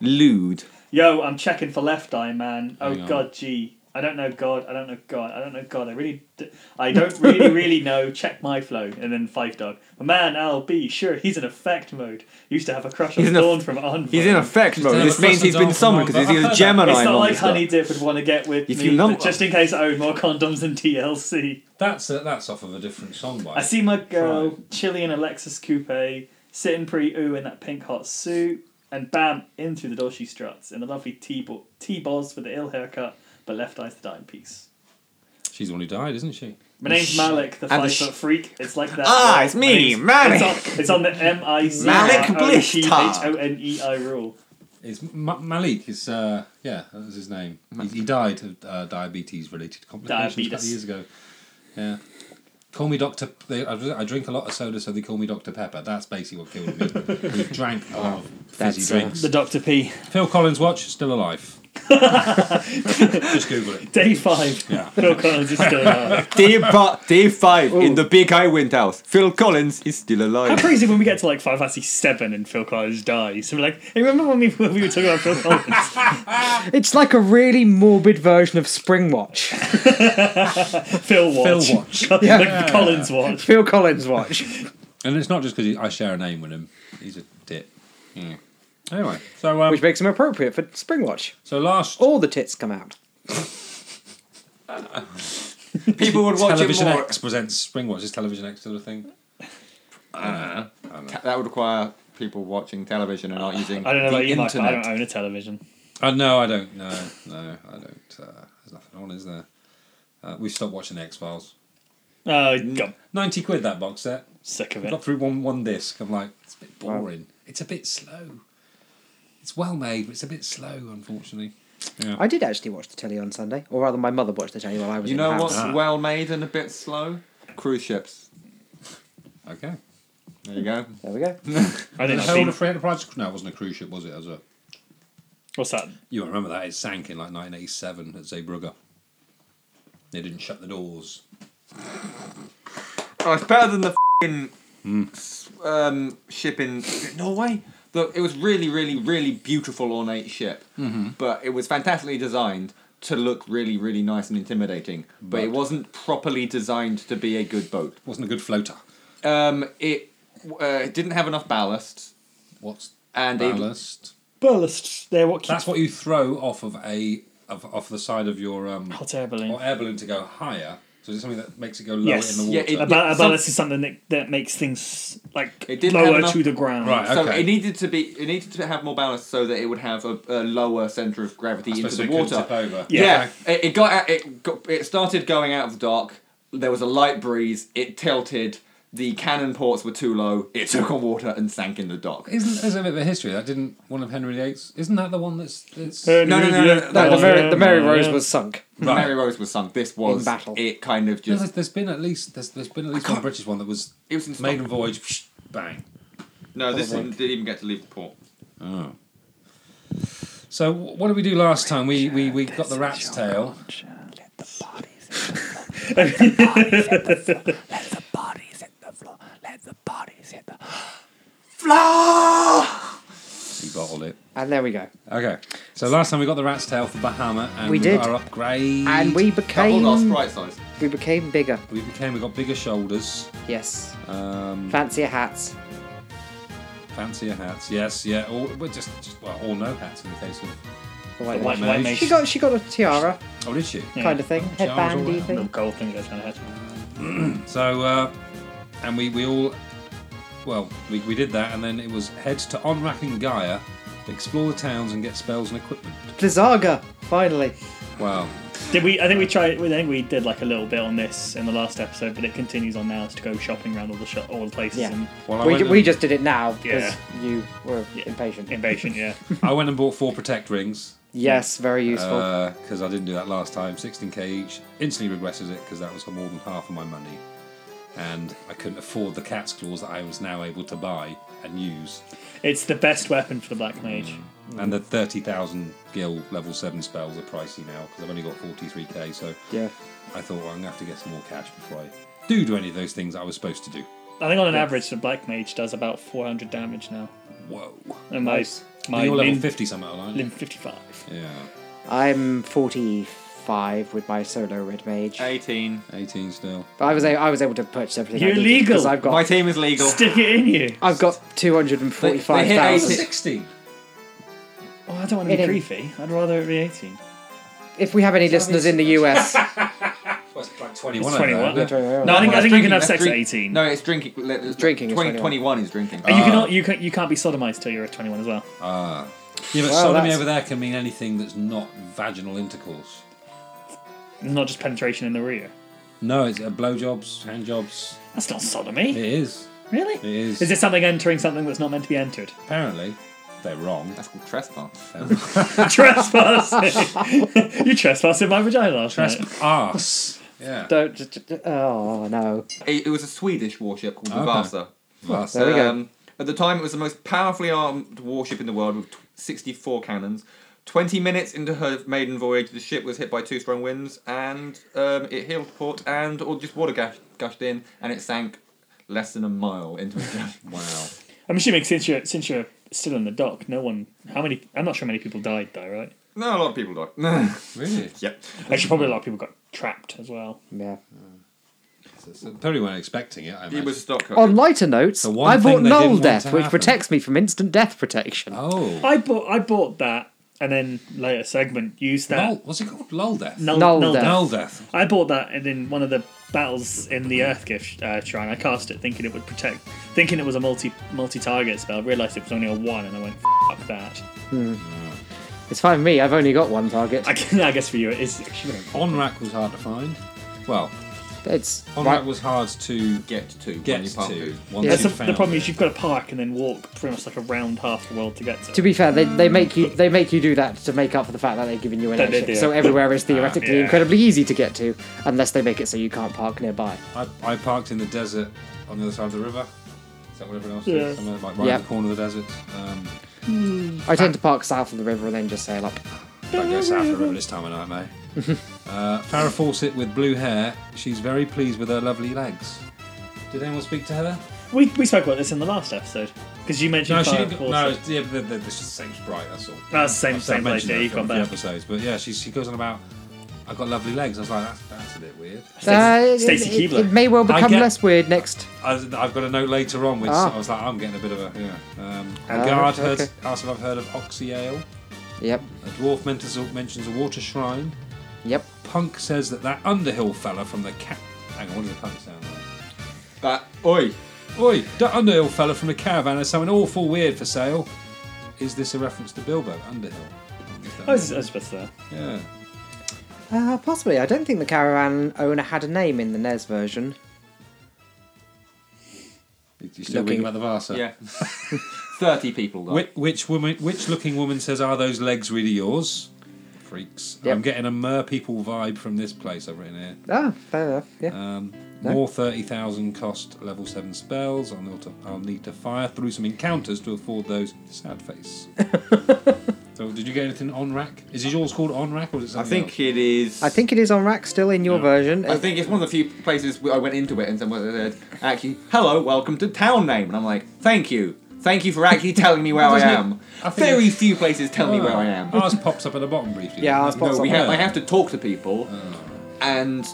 D: Lude.
A: Yo, I'm checking for left eye, man. Oh
B: Hang on.
A: God, gee. I don't know God. I don't know God. I don't know God. I really, d- I don't really, really know. Check my flow, and then Five Dog. But man, I'll be sure he's in effect mode. Used to have a crush on
D: He's in a-
A: Thorn from Anvil.
D: He's in effect mode.
B: down
D: This
B: across
D: means
B: the
D: he's been
B: door from
D: summoned because
B: Mumbai.
D: he's a
B: It's
D: Gemini.
A: It's
D: and
A: not
D: all
A: like
D: this stuff.
A: Honey Dip would want to get with
D: If
A: me,
D: you num-
A: but just in case I own more condoms than TLC.
B: That's uh, that's off of a different song by.
A: I see my girl chilly in a Lexus coupe, sitting pretty ooh in that pink hot suit, and bam, in through the door she struts in a lovely T boz with the ill haircut, but left eye's the dying piece.
B: She's the one who died, isn't she?
A: My name's Malik, the
D: And the
A: five foot freak. It's like that.
D: Ah,
A: Yeah,
D: it's me,
A: my name's-
D: Malik.
A: It's on, it's on the M I C
D: Malik
A: H
D: Bliftar.
A: O N E I rule.
B: It's Ma- Malik. Is uh, yeah, that was his name. He, he died of uh, diabetes-related complications a couple
A: Diabetes.
B: of years ago. Yeah. Call me Doctor. They, I, I drink a lot of soda, so they call me Doctor Pepper. That's basically what killed me. he drank a lot of fizzy
C: That's, uh,
B: drinks.
A: The Doctor P.
B: Phil Collins' watch still alive. Just Google it.
A: Day five.
B: Yeah.
A: Phil Collins is still alive.
D: Day, bu- day five in the big high wind house. Phil Collins is still
A: How
D: alive.
A: crazy when we get to like Five Fantasy Seven and Phil Collins dies. I'm like, hey, remember when we, when we were talking about Phil Collins?
C: It's like a really morbid version of Springwatch.
A: Phil Watch.
B: Phil watch.
A: The Collins Watch.
C: Phil Collins watch.
B: And it's not just because I share a name with him. He's a tit. Yeah. Anyway, so um,
C: Which Oh, makes him appropriate for Springwatch.
B: so last
C: All the tits come out.
D: People would watch it
B: Television
D: more.
B: X presents Spring Watch. Is Television X still a thing?
D: That would require people watching television and not using
A: I don't know
D: the
A: about you, Mike, but I
D: internet.
A: don't own a television.
B: Uh, no, I don't. No, no, I don't. Uh, there's nothing on, is there? Uh, we stopped watching X Files.
A: Oh, God,
B: Ninety quid that box set.
A: sick of
B: I
A: it.
B: got through one one disc. I'm like, it's a bit boring. It's a bit slow. It's well made, but it's a bit slow, unfortunately. Yeah.
C: I did actually watch the telly on Sunday, or rather, my mother watched the telly while I was
D: You
C: in
D: know
C: the house.
D: what's
A: Ah.
D: well made and a bit slow? Cruise ships.
B: okay.
D: There you go.
C: There we go.
A: I
B: And
A: didn't
B: Herald
A: see.
B: of Free Enterprise. No, it wasn't a cruise ship, was it? It was a.
A: What's that?
B: You won't remember that. It sank in like 1987 at Zeebrugge. They didn't shut the doors.
D: Oh, it's better than the fing
A: Hmm.
D: um, ship in Norway. Look, it was really, really, really beautiful, ornate ship,
A: Mm-hmm.
D: but it was fantastically designed to look really, really nice and intimidating. But it wasn't properly designed to be a good boat.
B: Wasn't a good floater.
D: Um, it uh, didn't have enough ballast,
B: What's
D: and they-
B: ballast?
A: Ballasts. They're what keeps
B: That's what you throw off of a of, off the side of your um
A: hot air balloon.
B: or air balloon to go higher. So is it something that makes it go lower
A: Yes.
B: in the
D: Yeah,
B: water?
A: A,
D: it-
A: ba- a
D: some-
A: ballast is something that, that makes things like
D: It didn't have
A: lower
D: enough-
A: to the ground.
B: Right.
D: so
B: Okay.
D: it needed to be it needed to have more ballast so that it would have a, a lower center of gravity into
B: suppose
D: the
B: it couldn't
D: water.
B: tip over.
A: Yeah.
D: Yeah, it, it got out- it got it started going out of the dock. There was a light breeze. It tilted. The cannon ports were too low. It took on water and sank in the dock.
B: Isn't there's a bit of a history that didn't one of Henry VIII's? Isn't that the one that's that's
A: Uh,
D: No, no,
A: yeah,
D: no, no, no,
C: No, the
A: yeah,
C: Mary, the Mary
A: yeah,
C: Rose
A: yeah.
C: was sunk.
D: The Mary Rose was sunk. This was
C: In battle.
D: It kind of
B: No,
D: just
B: there's- there's been at least there's there's been at least one British one that was
D: It was in
B: maiden voyage psh, bang.
D: no. This one didn't even get to leave the port.
B: Oh. So wh- what did we do last time? We we, we got the rat's tail. You bottled it.
C: And there we go.
B: Okay. So last time we got the rat's tail for Bahama, and
C: We
B: we,
C: did.
B: got our upgrade,
C: And we
D: Doubled our
C: became
D: sprite size.
C: we became bigger.
B: we became we got bigger shoulders,
C: Yes.
B: um,
C: Fancier hats.
B: fancier hats. Yes, yeah. All we're just, just well, all no hats in the case of.
C: The white
A: White,
C: one.
A: white
B: Mage.
C: She
A: mage.
C: got she got a tiara
B: Oh, did she?
A: Yeah.
C: kind of thing,
B: Tiara's all
C: headbandy
B: right.
C: thing.
A: Little gold thing goes down the head.
B: So uh, and we we all well we we did that, and then it was head to Onrakin Gaia, explore the towns and get spells and equipment.
C: Blizzaga, finally.
B: Wow.
A: Did we? I think we tried. I think we did like a little bit on this in the last episode, but it continues on now to go shopping around all the shop, all the places
C: Yeah.
A: and
B: Well, I
C: we,
B: went
C: ju- we
B: and-
C: just did it now because
A: Yeah.
C: you were
A: Yeah.
C: impatient.
A: impatient. Yeah.
B: I went and bought four protect rings.
C: Yes, very useful.
B: because I didn't do that last time. 16k each. Instantly regretted it because that was more than half of my money, and I couldn't afford the cat's claws that I was now able to buy and use,
A: it's the best weapon for the black mage.
B: and the 30,000 gil level seven spells are pricey now because I've only got 43k. So
C: yeah.
B: I thought well, I'm gonna have to get some more cash before I do do any of those things I was supposed to do.
A: I think on an average, the black mage does about 400 damage now.
B: Whoa.
A: And my my
B: You're level
A: limb,
B: 50 somewhere, aren't you?
A: limb 55.
B: Yeah.
C: I'm 45 with my solo red mage. I,
D: Eighteen.
B: 18 still.
C: but I was a- I was able to purchase everything. I
A: You're
C: needed
A: legal.
C: because I've got
D: My team is legal.
A: Stick it in you.
C: I've got
D: They- they hit
C: 245,000.
B: 16.
A: Oh, I don't want to be
C: It ain't-
A: creepy. I'd rather it be 18.
C: If we have any listeners in the US,
B: Well, it's like 21.
A: It's
B: over
A: 21.
B: there, isn't it?
A: No, I think, I think you
D: Drinking,
A: can have
D: that's
A: sex at
D: drink-
A: 18.
D: No, it's drinking. let- let-
C: Drinking is
D: 20
C: 21.
D: 21 is drinking.
A: And you, cannot, you, can, you can't be sodomized till you're at 21 as well.
B: Ah. Yeah, but
C: Well,
B: sodomy
C: that's-
B: over there can mean anything that's not vaginal intercourse.
A: Not just penetration in the rear.
B: No, it's uh, blowjobs, handjobs.
A: That's not
B: It
A: sodomy.
B: is.
A: Really?
B: It is.
A: Is it something entering something that's not meant to be entered?
B: Apparently, they're wrong.
A: Uh,
D: That's called trespass.
A: Trespassing! you trespassed in my vagina last night.
B: Arse. Yeah.
C: Don't just, just- oh no.
D: it, it was a Swedish warship called the
B: Okay.
D: Vasa.
B: Arse.
C: There we go.
D: Um, at the time, it was the most powerfully armed warship in the world with t- 64 cannons. 20 minutes into her maiden voyage, the ship was hit by two strong winds and um, it heeled port and all just water gush- gushed in and it sank less than a mile into the sea.
B: Wow.
A: I'm assuming since you're, since you're still in the dock, no one. How many. I'm not sure many people died though, right?
D: no, a lot of people died.
B: Really?
D: yep.
A: Actually, probably a lot of people got trapped as well.
C: Yeah.
B: So Probably weren't expecting it. I
D: It
B: imagine.
D: was a stock cut.
C: On lighter notes,
B: The one
C: I
B: thing
C: bought
B: they didn't
C: null
B: want to
C: death, which
B: happen.
C: protects me from instant death protection.
B: Oh.
A: I bought I bought that and then later segment used that
B: Lol. What's it called? Lol death.
A: null,
C: Null
A: null
C: death.
A: death.
B: Null death.
A: I bought that and in one of the battles in the Earth Gift uh, Shrine, I cast it thinking it would protect, thinking it was a multi multi target spell. Realised it was only a one, and I went fuck that.
C: It's fine with me. I've only got one target.
A: I, can- I guess for you it is actually very important.
B: Onrak was hard to find. Well,
C: It's
B: Onrak
C: right.
B: was hard to
D: Get to
B: get
D: when you
B: to.
D: part food.
B: once
C: Yeah.
B: you
A: That's the,
B: found
A: the problem
B: it.
A: is you've got to park and then walk pretty much like around half the world to get to.
C: To be fair, they, they make you they make you do that to make up for the fact that they've given you an
A: That they
C: extra.
A: do. Ah,
C: So everywhere is theoretically
A: yeah.
C: incredibly easy to get to, unless they make it so you can't park nearby.
B: I, I parked in the desert on the other side of the river. Is that what everyone else
A: Yeah.
B: did? Somewhere like right
C: Yeah.
B: in the corner of the desert. Um,
C: I tend to
A: Ah.
C: park south of the river and then just sail up.
B: Don't go south of the river this time of night, mate. uh, Farrah Fawcett with blue hair. She's very pleased with her lovely legs. Did anyone speak to her?
A: we, we spoke about this in the last episode because you mentioned
B: No, she
A: fire
B: didn't.
A: force.
B: No, it's- yeah, the, the, the same sprite. That's all.
A: that's the Ah, same
B: I've
A: same place.
B: mentioned
A: Yeah,
B: that
A: you
B: for a
A: come
B: few
A: back.
B: episodes, but yeah, she she goes on about. I I've got lovely legs. I was like, that's, that's a bit weird.
C: Uh,
A: Stacey
C: it- it,
A: Keebler.
C: it may well
B: I
C: become
B: get-
C: less weird next.
B: I was, I've got a note later on which
C: Ah.
B: I was like, I'm getting a bit of a yeah. Um,
C: Ah,
B: Guard
C: okay.
B: heard, asked if I've heard of Oxy Ale.
C: Yep,
B: A dwarf mentions, mentions a water shrine.
C: yep.
B: Punk says that that Underhill fella from the cat. Hang on, what does the punk sound like?
D: That oi.
B: Oi, that Underhill fella from the caravan has something awful weird for sale. Is this a reference to Bilbo Underhill?
A: I was, I was about to say.
B: Yeah.
C: Uh, possibly. I don't think the caravan owner had a name in the NES version.
B: You still
C: Looking-
B: reading about the Vasa?
D: Yeah. Thirty people. Though.
B: Which, which woman? Which looking woman says, "Are those legs really yours?" Freaks.
C: Yep.
B: I'm getting a mer people vibe from this place. I've written here.
C: Ah, fair enough. Yeah.
B: Um,
C: No.
B: More thirty thousand cost level seven spells. I'll need, to, I'll need to fire through some encounters to afford those. Sad face. so, did you get anything on rack? Is it yours called on rack or is it
D: I
B: something
D: think it is.
C: I think it is on rack still in your version.
D: I think it's one of the few places where I went into it and someone said, actually, hello, welcome to town name. And I'm like, thank you. Thank you for actually telling me where I
B: Doesn't it-
D: am.
B: I think
D: Very
B: it's-
D: few places tell me
B: Oh.
D: where I am.
B: Ours pops up at the bottom briefly.
C: Yeah, ours
B: doesn't it?
C: pops
D: No, we
B: up.
D: have, I have to talk to people, and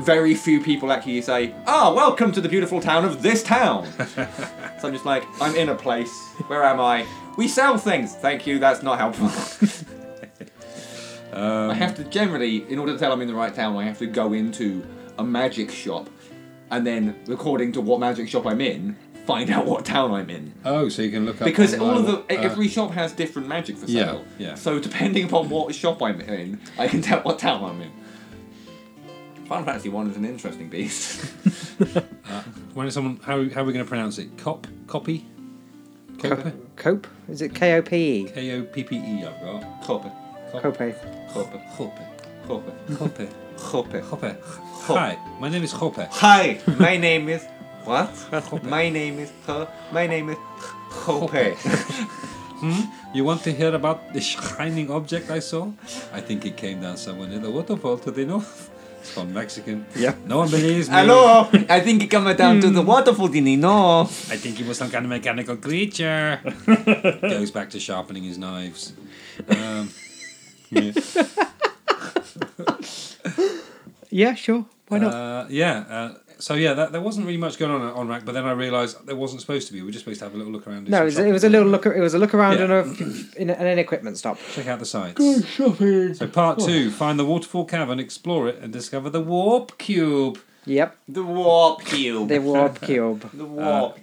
D: very few people actually say, ah, welcome to the beautiful town of this town. so I'm just like, I'm in a place. Where am I? We sell things. Thank you, that's not helpful. I have to generally, in order to tell I'm in the right town, I have to go into a magic shop and then, according to what magic shop I'm in, find out what town I'm in.
B: Oh, so you can look up
D: Because all
B: online
D: of the e,
B: what- uh,
D: every shop has different magic for
B: Yeah,
D: sale.
B: yeah.
D: So depending upon what shop I'm in, I can tell what town I'm in. Final Fantasy One is an interesting beast.
B: when is someone how how are we going to pronounce it? Cop copy. Cope.
C: Uh, Cope? Is it K O P E?
B: K O P P E. I've got.
D: Copper,
C: Cope.
D: copper,
B: Hoppe.
D: copper,
B: Hoppe.
D: copper.
B: Hoppe. Hi, my name is Hoppe.
D: Hi, my name is what? my name is her. My name is Hope.
B: You want to hear about the shining object I saw? I think it came down somewhere near the waterfall to the north. It's called Mexican.
C: Yeah.
B: No one believes me.
D: Hello, I think it comes down to the waterfall, Dini. No.
B: I think he was some kind of mechanical creature. Goes back to sharpening his knives. Um, yeah.
C: Yeah, sure. Why not?
B: Uh, yeah. Uh, so yeah, that, there wasn't really much going on at Onrack, but then I realised there wasn't supposed to be. We were just supposed to have a little look around. and do
C: no,
B: some
C: it was,
B: shopping.
C: it was a little look. It was a look around
B: Yeah.
C: and a, in a, and an equipment stop.
B: Check out the sights. So part
C: Oh.
B: two: find the waterfall cavern, explore it, and discover the warp cube.
C: Yep,
D: The warp cube.
C: the warp cube.
D: the warp.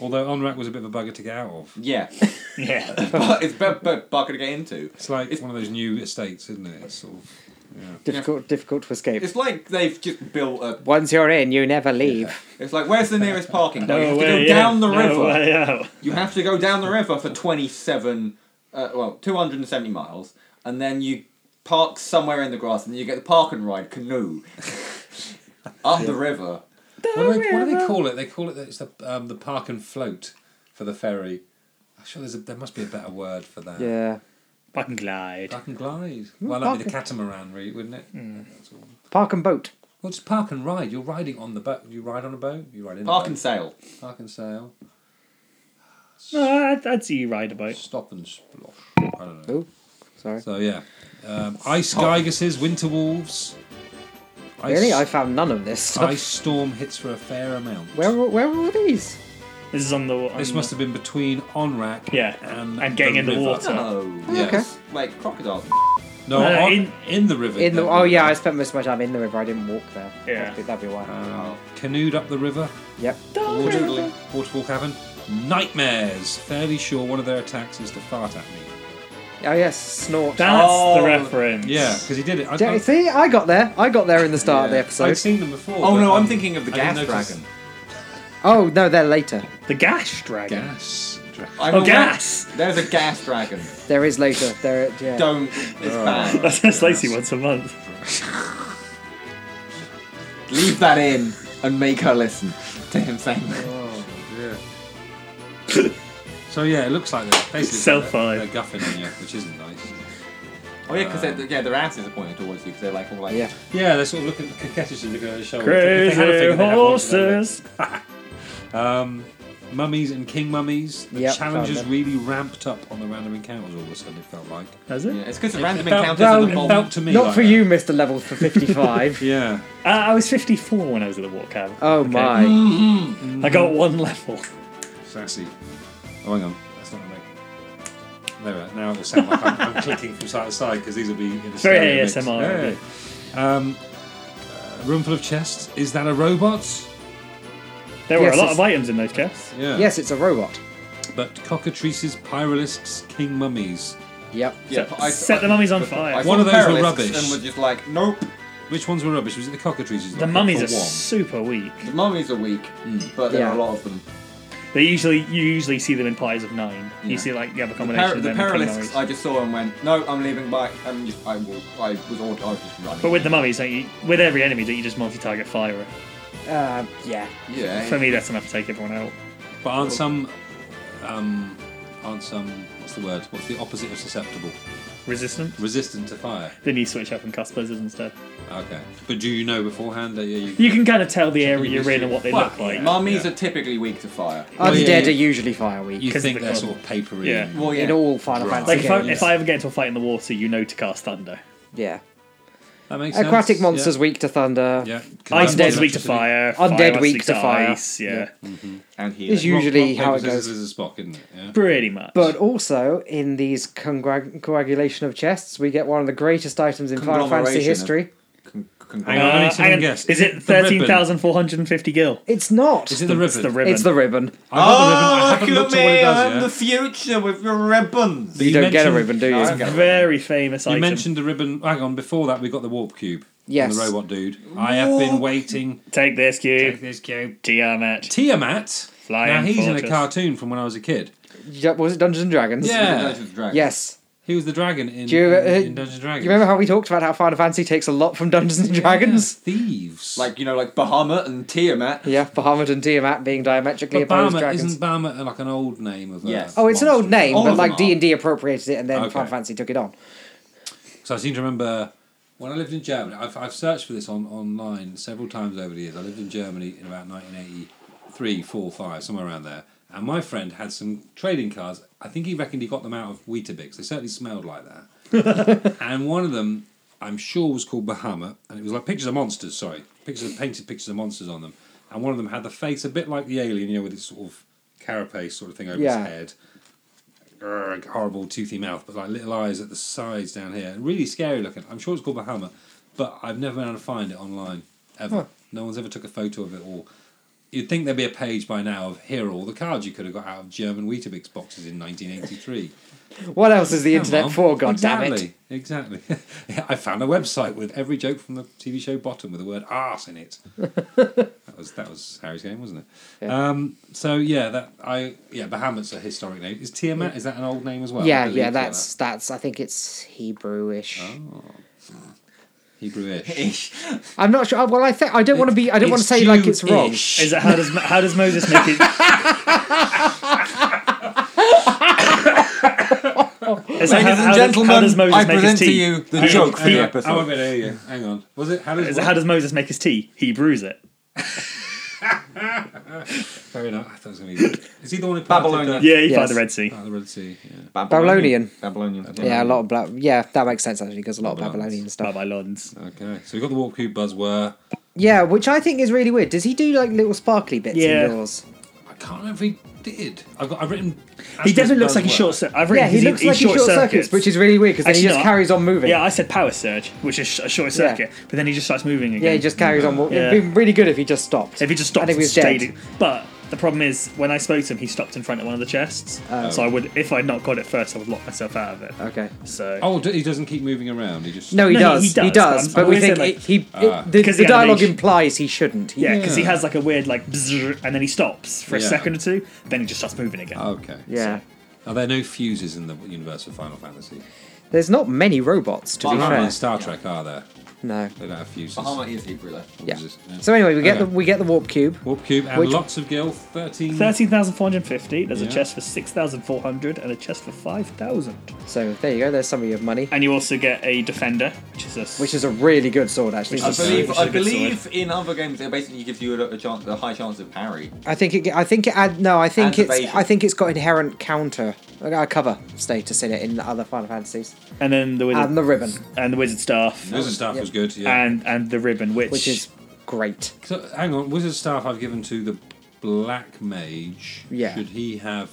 B: Although Onrack was a bit of a bugger to get out of.
D: yeah,
A: Yeah.
D: but it's but but bucket to get into.
B: It's like one of those new estates, isn't it? It's sort of,
C: Difficult, difficult to escape.
D: It's like they've just built a.
C: Once you're in, you never leave.
D: It's like where's the nearest parking?
B: Oh,
D: No, you have to
A: way
D: go
A: in,
D: down the
A: Oh, no
D: river.
A: way out.
D: You have to go down the river for twenty-seven, uh, well, two hundred and seventy miles, and then you park somewhere in the grass, and you get the park and ride canoe up the river.
B: what, do they, what do they call it? They call it it's the um, the park and float for the ferry. I'm sure there's a, there must be a better word for that.
C: Yeah, Hmm,
A: Park and glide.
B: Park and glide. Well, that'd be the
C: park Hmm.
B: catamaran route, wouldn't it? That's all.
C: park and boat.
B: Well, it's park and ride. You're riding on the boat. You ride on a boat. You ride in
D: Park
B: a
D: and
B: boat.
D: sail.
B: park and sail.
A: No, I'd, I'd see you ride a boat.
B: Stop and splosh. I don't know.
C: Oh, sorry.
B: So yeah, um, ice gyguses, winter wolves. Ice,
C: Really, I found none of this. Stuff.
B: ice storm hits for a fair amount.
C: Where, were- where were all these?
A: This is on the. On
B: This
A: the-
B: must have been between Onrak
A: Yeah,
B: and,
A: and getting in the
B: river.
A: water.
D: Oh,
B: Yes.
C: Okay.
D: like crocodile.
B: No,
A: No,
B: on- in,
A: in-
B: the river.
C: In the oh yeah, I spent most of my time in the river. I didn't walk there.
A: Yeah.
C: that'd be, that'd be why.
D: Oh.
B: Uh, Canoed up the river,
C: yep.
B: water, waterfall cavern. Nightmares. Fairly sure one of their attacks is to fart at me.
C: Oh yes, snort.
A: That's
D: Oh.
A: the reference.
B: Yeah, because he did it. I,
C: Yeah,
B: I,
C: See, I got there. I got there in the start of the
D: Yeah.
B: I'd
C: episode.
B: seen them before.
D: Oh
B: but,
D: no, I'm
B: um,
D: thinking of the
B: I
D: gas
B: didn't notice-
D: dragon.
C: Oh no, they're later.
A: The gash dragon.
B: Gas dragon.
D: I'm
A: Oh,
D: aware-
A: gas!
D: There's a gas dragon.
C: There is later. There, yeah.
D: Don't. It's bad.
A: That's that's Lacey once a month.
D: Leave that in and make her listen to him saying that.
B: Oh yeah. so yeah, it looks like they're basically
A: Self-eye.
B: they're, they're guffing on you, which isn't nice.
D: Oh yeah, because yeah, their asses are pointing towards you because they're like all like.
C: Yeah.
B: Yeah, they're sort of looking coquettishly looking at their shoulder. If they- if they had a
A: Crazy
B: finger, they'd have one for their
A: horses.
B: Um, mummies and king mummies. The
C: Yep,
B: challenges
C: found them.
B: really ramped up on the random encounters all of a sudden. It felt like
A: Has it?
D: Yeah, it's because the random
B: it felt-
D: encounters
C: well,
D: are
B: it
D: the bomb.
B: felt to me
C: Not
B: like
C: for
B: that.
C: you, Mr. Level for 55.
B: Yeah,
A: Uh, I was 54 when I was at the walk cab.
C: oh
A: Okay.
C: my.
A: I got one level.
B: sassy. Oh, hang on, that's not gonna make. There, we are. now it will sound like I'm, I'm clicking from side to side because these will be in the
A: Very
B: stereo mix.
A: ASMR,
B: Yeah.
A: yeah.
B: Um, uh, room full of chests. Is that a robot?
A: There were
C: Yes,
A: a lot
C: it's-
A: of items in those chests.
B: Yeah.
C: Yes, it's a robot.
B: But cockatrices, pyrolists, king mummies.
C: Yep.
D: Yeah, but I-
A: Set the mummies on fire.
D: I
B: One
D: saw
B: of those were
D: Paralists
B: rubbish.
D: And were just like, nope.
B: Which ones were rubbish? Was it the cockatrices?
A: The
B: Like,
A: mummies
B: for
A: are super weak.
D: The mummies are weak, but there
C: Yeah.
D: are a lot of them.
A: They usually you usually see them in pies of nine.
D: Yeah.
A: You see like you have a
D: The,
A: combination
D: par-
A: of
D: the
A: them. and
D: Paralists,
A: mummies.
D: I just saw and went, no, I'm leaving. Bye. I'm just, I will. I was all. I was just running.
A: But with the mummies, don't you, with every enemy, don't you just multi-target fire? it?
C: Uh, yeah.
D: yeah,
A: For me, that's enough to take everyone out.
B: But aren't some, um, aren't some? What's the word? What's the opposite of susceptible?
A: Resistant.
B: Resistant to fire.
A: Then you switch up and cast blizzards instead.
B: Okay. But do you know beforehand that yeah, you?
A: You can kind of tell the area you're
B: history.
A: in and what they
B: Well,
A: look like.
D: mummies
B: Yeah.
D: are typically weak to fire.
B: Well,
C: Undead
B: yeah, yeah.
C: Oh, are usually fire weak.
B: You
A: 'Cause
B: think
A: of the
B: they're
A: colour.
B: sort of papery.
A: Yeah.
B: and-
D: Well, yeah.
C: In all Final
B: Right.
C: Fantasy
A: Like if I,
C: games.
A: if I ever get into a fight in the water, you know to cast thunder.
C: yeah.
B: That makes sense.
C: Aquatic monsters weak to thunder.
B: Yeah. yeah.
A: Ice
C: Undead
A: dead weak to fire.
C: Undead
A: fire
C: weak
A: weak
C: to fire.
A: Ice, yeah.
C: Yeah.
D: and healing.
C: Is usually how it
B: This
C: goes.
B: is a Spock, isn't it? Yeah.
A: pretty much.
C: But also, in these congra- coagulation of chests, we get one of the greatest items in Final Fantasy
D: Conglomeration of-
C: history.
D: Con- con-
B: Uh, Hang on, I need someone
A: Uh, hang on.
B: guessed.
A: Is it
B: The ribbon.
A: thirteen thousand four hundred and fifty gil?
C: It's not.
B: Is it the ribbon?
A: It's the ribbon.
C: It's the ribbon.
B: I
C: Oh,
B: got the ribbon. I haven't looked at what it does yet.
D: future with your ribbons.
B: But
C: You, don't get a
B: mentioned-
C: ribbon, do you?
D: I don't get it.
A: Very famous
B: You
A: item.
B: mentioned the ribbon. Hang on. Before that, we got the warp cube.
C: Yes.
B: From the robot dude. I have been waiting.
A: Take this
B: Take
A: cube.
B: this cube.
A: Tiamat.
B: Tiamat. now
A: Flying
B: he's in a
A: fortress.
B: cartoon from when I was a kid.
C: Yeah, Was it Dungeons and Dragons?
B: Yeah.
C: Yes.
B: He was the dragon in,
C: Do you, uh,
B: in, in Dungeons and Dragons.
C: You remember how we talked about how Final Fantasy takes a lot from Dungeons and Dragons?
B: Thieves.
D: Like, you know, like Bahamut and Tiamat.
C: Yeah, Bahamut and Tiamat being diametrically
B: but
C: opposed
B: Barmer,
C: dragons.
B: isn't Barmer like an old name of a
D: Yes.
C: Oh, it's an old name,
D: All
C: but
D: of them
C: like
D: are.
C: D and D appropriated it, and then
B: Okay.
C: Final Fantasy took it on.
B: So I seem to remember when I lived in Germany. I've, I've searched for this on online several times over the years. I lived in Germany in about 1983, 4, 5, somewhere around there. And my friend had some trading cards. I think he reckoned he got them out of Weetabix. They certainly smelled like that. and one of them, I'm sure, was called Bahama, and it was like pictures of monsters. Sorry, pictures of painted pictures of monsters on them. And one of them had the face a bit like the alien, you know, with its sort of carapace sort of thing over
C: Yeah.
B: his head erg, horrible toothy mouth, but like little eyes at the sides down here. Really scary looking. I'm sure it's called Bahama, but I've never been able to find it online ever. No one's ever took a photo of it or. You'd think there'd be a page by now of here are all the cards you could have got out of German Weetabix boxes in 1983.
C: What else is the
B: Come
C: internet
B: on.
C: for? God damn it!
B: exactly, Exactly. I found a website with every joke from the TV show bottom with the word arse in it. that was that was Harry's game, wasn't it?
C: Yeah.
B: Um, so yeah, that I yeah, Bahamut's a historic name. Is Tiamat is that an old name as well? I
C: yeah,
B: believe
C: yeah,
B: like
C: that's that's. I think it's Hebrewish.
B: Oh. that. Hebrewish.
C: I'm not sure. oh, Well, I think I don't want to be. I don't want to say like it's wrong.
B: Jewish.
A: Is it how does how does Moses make it? Is it
D: Ladies
A: how-
D: and
A: how does- how does
D: gentlemen,
A: Moses
D: I
A: make his
D: present to
A: tea?
D: you the
A: He-
D: joke for
A: he-
D: the
B: Oh, I
D: episode.
B: mean, there you go. Hang on. Was it? How does?
A: Is it how does Moses make his tea? He brews it.
B: Fair enough. I thought it was going to be. Is he the one who
D: Babylonian.
B: parted
A: Yeah, you
C: Yes.
A: find the Red Sea.
B: The, oh, the Red Sea. Yeah.
C: Babylonian.
D: Babylonian.
C: Yeah, a lot of bla- yeah, that makes sense actually because a lot of
B: Babylons.
C: Babylonian stuff.
A: Babylons.
B: Okay. So we got the warp cube buzzword.
C: Yeah, which I think is really weird. Does he do like little sparkly bits
A: Yeah.
C: in yours?
B: I can't remember if he did. I've got. I've written.
A: He definitely looks like a short circuit. I've
C: Yeah,
A: written
C: he
A: he's-
C: looks
A: he's
C: like he short circuits, which is really weird because then he
A: Actually
C: just
A: not.
C: carries on moving.
A: Yeah, I said power surge, which is sh- a short circuit, but then he just starts moving again.
C: yeah, he just carries on. It'd
A: Yeah.
C: be really good if he just stopped.
A: If he just stopped
C: And he
A: and
C: was
A: stayed.
C: dead.
A: But the problem is, when I spoke to him, he stopped in front of one of the chests. so I would, if I'd not got it first, I would lock myself out of it.
C: Oh. Okay.
A: So
B: Oh, d- he doesn't keep moving around. He just.
C: No, he,
A: No, he-
C: does.
A: he
C: He
A: does,
C: does,
A: but
C: but
A: I'm-
C: we
A: I'm
C: think
A: saying,
C: it, he
B: Ah.
C: it, the,
A: Because
C: the
A: the
C: dialogue
A: animation-
C: implies he shouldn't. He,
A: yeah, because he
B: Yeah.
A: has like a weird like, bzzz, and then he stops for a
B: Yeah.
A: second or two, then he just starts moving again.
C: Oh.
B: Okay.
C: yeah.
B: Are there no fuses in the universe of Final Fantasy?
C: There's not many robots to
B: Not
C: be
B: in
C: fair.
B: Star Trek, are there?
C: No.
B: They don't have fuses.
D: Bahama E- is Hebrew though.
C: Yeah.
B: Fuses, yeah.
C: So anyway, we get
B: Okay.
C: the we get the warp cube.
B: Warp cube and
C: Which-
B: lots of gil. 13.
A: 13,450. There's
B: Yeah.
A: a chest for 6,400 and a chest for 5,000.
C: So there you go. There's some of your money,
A: And you also get a defender, which is a.
C: which is a really good sword actually.
A: Which
D: I
A: is-
D: believe,
A: Which is a
D: I
A: good
D: believe in other games it basically gives you a, a chance, a high chance of parry.
C: I think it. I think it. Add, no, I think
D: And
C: it's.
D: evasion.
C: I think it's got inherent counter, uh, cover status in it in the other Final Fantasies,
A: and then the wizard
C: and the ribbon,
A: and the wizard staff
B: Wizard staff
C: Yeah.
B: was good, yeah.
A: and and the ribbon, which,
C: which is great.
B: So, hang on, wizard staff I've given to the black mage.
C: Yeah.
B: Should he have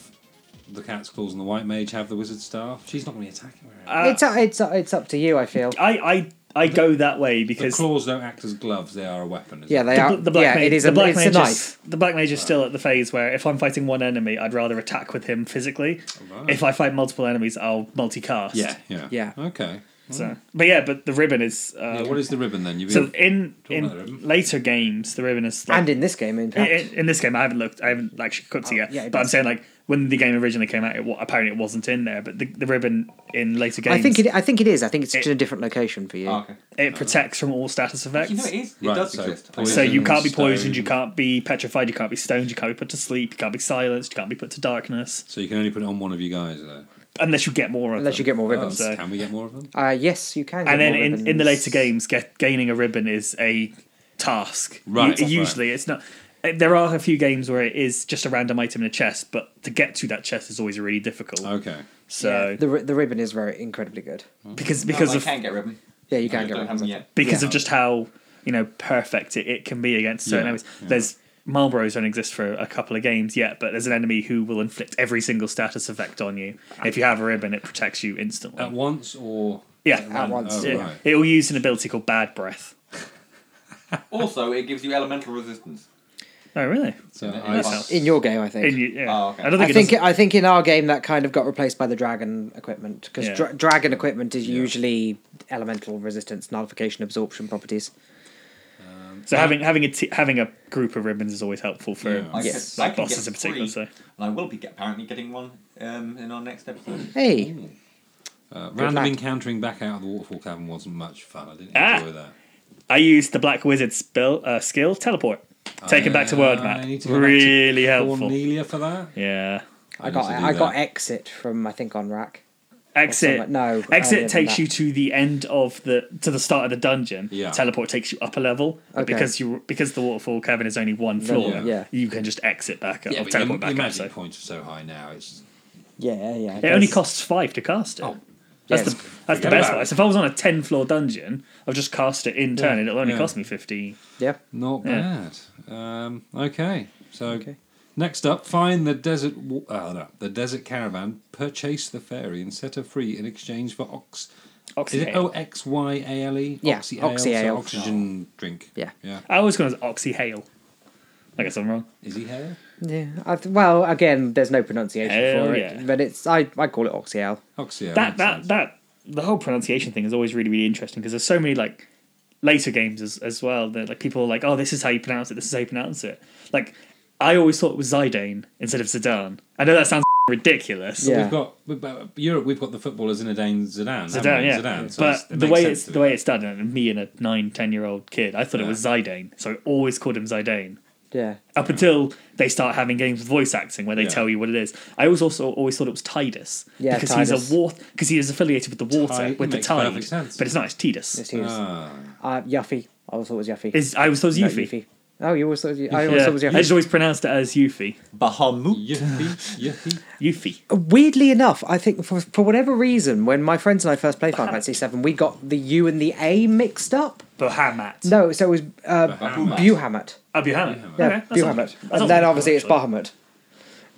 B: the cat's claws and the white mage have the wizard staff? She's not going to attack him. right?
A: Uh,
C: it's it's it's up to you. I feel.
A: I I I go that way
B: the
A: because
B: claws don't act as gloves; they are a weapon. isn't
C: Yeah,
B: it?
C: they
A: the,
C: are.
A: bl- the black
C: yeah,
A: mage,
C: it is.
A: the
C: A,
A: black
C: it's
A: mage
C: a
A: Is,
C: knife.
A: the black mage is still at the phase where if I'm fighting one enemy, I'd rather attack with him physically.
B: Oh, Right.
A: If I fight multiple enemies, I'll multicast.
B: yeah, yeah,
C: Yeah.
B: Okay.
A: So, but yeah, but the ribbon is. Uh,
B: Yeah, what is the ribbon then? You
A: so
B: be-
A: in
B: Talk about the
A: in
B: ribbon.
A: later games, the ribbon is like,
C: And in this game, in
A: in,
C: fact,
A: in, in this game, I haven't looked. I haven't actually cooked it yet.
C: yeah, it
A: but I'm
C: does.
A: saying like when the game originally came out, it, wa- apparently it wasn't in there. But the, the ribbon in later games,
C: I think it. I think it is. I think it's
A: It- Ah.
C: just in a different location for you.
D: Oh, okay.
A: it protects from all status effects.
D: You know it is. It
B: Right,
D: does
B: so
D: exist.
B: poison-
A: So you can't be
B: Stone.
A: poisoned, you can't be petrified, you can't be stoned, you can't be put to sleep, you can't be silenced, you can't be put to darkness,
B: so you can only put it on one of you guys though.
A: unless you get more of
C: Unless you
A: them.
C: get more
B: Oh,
C: ribbons.
A: so-
B: Can we get more of them?
C: Uh, yes, you can. get
A: And then
C: more
A: in, in the
C: ribbons.
A: later games, get, gaining a ribbon is a task.
B: Right,
A: U-
B: right.
A: usually it's not. eh, There are a few games where it is just a random item in a chest, but to get to that chest is always really difficult.
C: Oh,
B: Okay.
A: so
C: the ri- the ribbon is very incredibly good.
A: because
D: Because
A: because
D: I
A: of
D: can get ribbon.
C: Yeah, you
D: I
C: can get
D: don't have
C: ribbons.
D: them
C: I
D: yet.
C: think.
A: because
C: Yeah.
A: of just how you know perfect it, it can be against certain
B: Yeah,
A: enemies.
B: yeah.
A: There's Marlboros don't exist for a couple of games yet, but there's an enemy who will inflict every single status effect on you. If you have a ribbon, it protects you instantly.
B: At once or
A: yeah,
C: At once.
B: Oh,
A: it,
B: right.
A: it will use an ability called Bad Breath.
D: Also, it gives you elemental resistance.
A: Oh, really?
B: So
D: That
B: I,
D: helps.
C: In your game, I think.
A: In, you- yeah.
D: Oh, okay.
A: I don't think
C: I
A: it
C: think
A: does-
C: I think in our game that kind of got replaced by the dragon equipment because
A: Yeah.
C: dra- dragon equipment is
B: Yeah.
C: usually elemental resistance, nullification, absorption properties.
A: so. Having having a t- having a group of ribbons is always helpful for
B: Yeah.
D: I
C: Yes.
D: could- I
A: like
D: could
A: bosses
D: get
A: in particular.
D: three,
A: So.
D: And I will be get, apparently getting one um, in our next episode.
C: Hey,
B: uh, random
C: luck.
B: encountering back out of the waterfall cavern wasn't much fun. I didn't
A: Ah.
B: enjoy that.
A: I used the Black Wizard spell uh, skill teleport. Take it back to world map.
B: Uh, I need to go back to
A: Really helpful.
B: Cornelia for that.
A: Yeah.
C: I
B: need
C: got
B: to do
C: I got
B: that.
C: exit from I think on rack.
A: Exit.
C: something like- no, earlier
A: Exit
C: than
A: takes
C: that.
A: you to the end of the to the start of the dungeon.
B: Yeah.
A: Teleport takes you up a level but
C: Okay.
A: because you because the waterfall cavern is only one floor.
B: yeah.
C: Yeah.
A: You can just exit back up
B: Yeah,
A: or
B: but your,
A: teleport back
B: your
A: up.
B: magic
A: So.
B: points are so high now. It's
C: Yeah, yeah.
A: It only costs five to cast it. that's
C: yes.
A: the that's the
B: Oh. Forget
A: best
B: about
A: part.
B: it.
A: So if I was on a ten floor dungeon, I'll just cast it in turn, and it'll only
B: Yeah.
A: cost me fifty.
C: yeah.
B: not
A: Yeah.
B: bad. Um, okay, so
C: Okay.
B: next up, find the desert. wa- Uh, no, the desert caravan. Purchase the fairy and set her free in exchange for ox.
A: Oxy
B: Is it
A: hail.
B: O X Y A L E?
C: Yeah,
B: Oxy ale,
C: oxy
B: so
C: ale.
B: oxygen drink.
C: Yeah.
B: yeah.
A: I always go as oxy hail. I guess I'm wrong.
B: Is he here?
C: Yeah. I th- well, again, there's no pronunciation
A: Hell
C: for it,
A: yeah.
C: but it's I, I call it oxyal.
B: Oxy ale.
A: that
B: makes
A: that
B: sense.
A: that the whole pronunciation thing is always really really interesting because there's so many like later games as, as well that like people are like oh this is how you pronounce it this is how you pronounce it like I always thought it was Zidane instead of Zidane I know that sounds ridiculous
C: Yeah.
B: We've got we've got- Europe. We've got the footballer Zinedine Zidane. haven't
A: Zidane
B: we?
A: yeah
B: Zidane. So it's- it
A: but the
B: makes
A: way
B: sense
A: it's
B: to
A: the
B: me.
A: way it's done and me and a nine ten year old kid I thought it
B: Yeah.
A: was Zidane so I always called him Zidane
C: Yeah.
A: up until they start having games with voice acting where they
B: Yeah.
A: tell you what it is. I always also always thought it was Tidus
C: Yeah,
A: because
C: Tidus.
A: he's a water because he is affiliated with the water
B: Tide-
A: with the
B: makes
A: tide,
B: perfect sense.
A: but it's not. It's Tidus.
C: It's yours.
B: Ah.
C: uh, Yuffie. I always thought it was Yuffie.
A: Is I was thought it was
C: No,
A: Yuffie.
C: Oh, you always thought it was, I
A: Yeah.
C: always thought it was
A: I just
C: Yuffie.
A: always pronounced it as Yuffie.
D: Bahamut.
B: Yippee, yippee.
A: Yuffie.
C: Weirdly enough, I think for, for whatever reason, when my friends and I first played Final Fantasy VII, we got the U and the A mixed up.
A: Bahamut.
C: No, so it was uh,
B: Bahamut.
C: Buhamut.
A: Oh, Bahamut.
C: Yeah,
A: Okay, that's not
C: Bahamut.
A: bad. That's not
C: And then
A: bad,
C: obviously it's
A: actually.
C: Bahamut,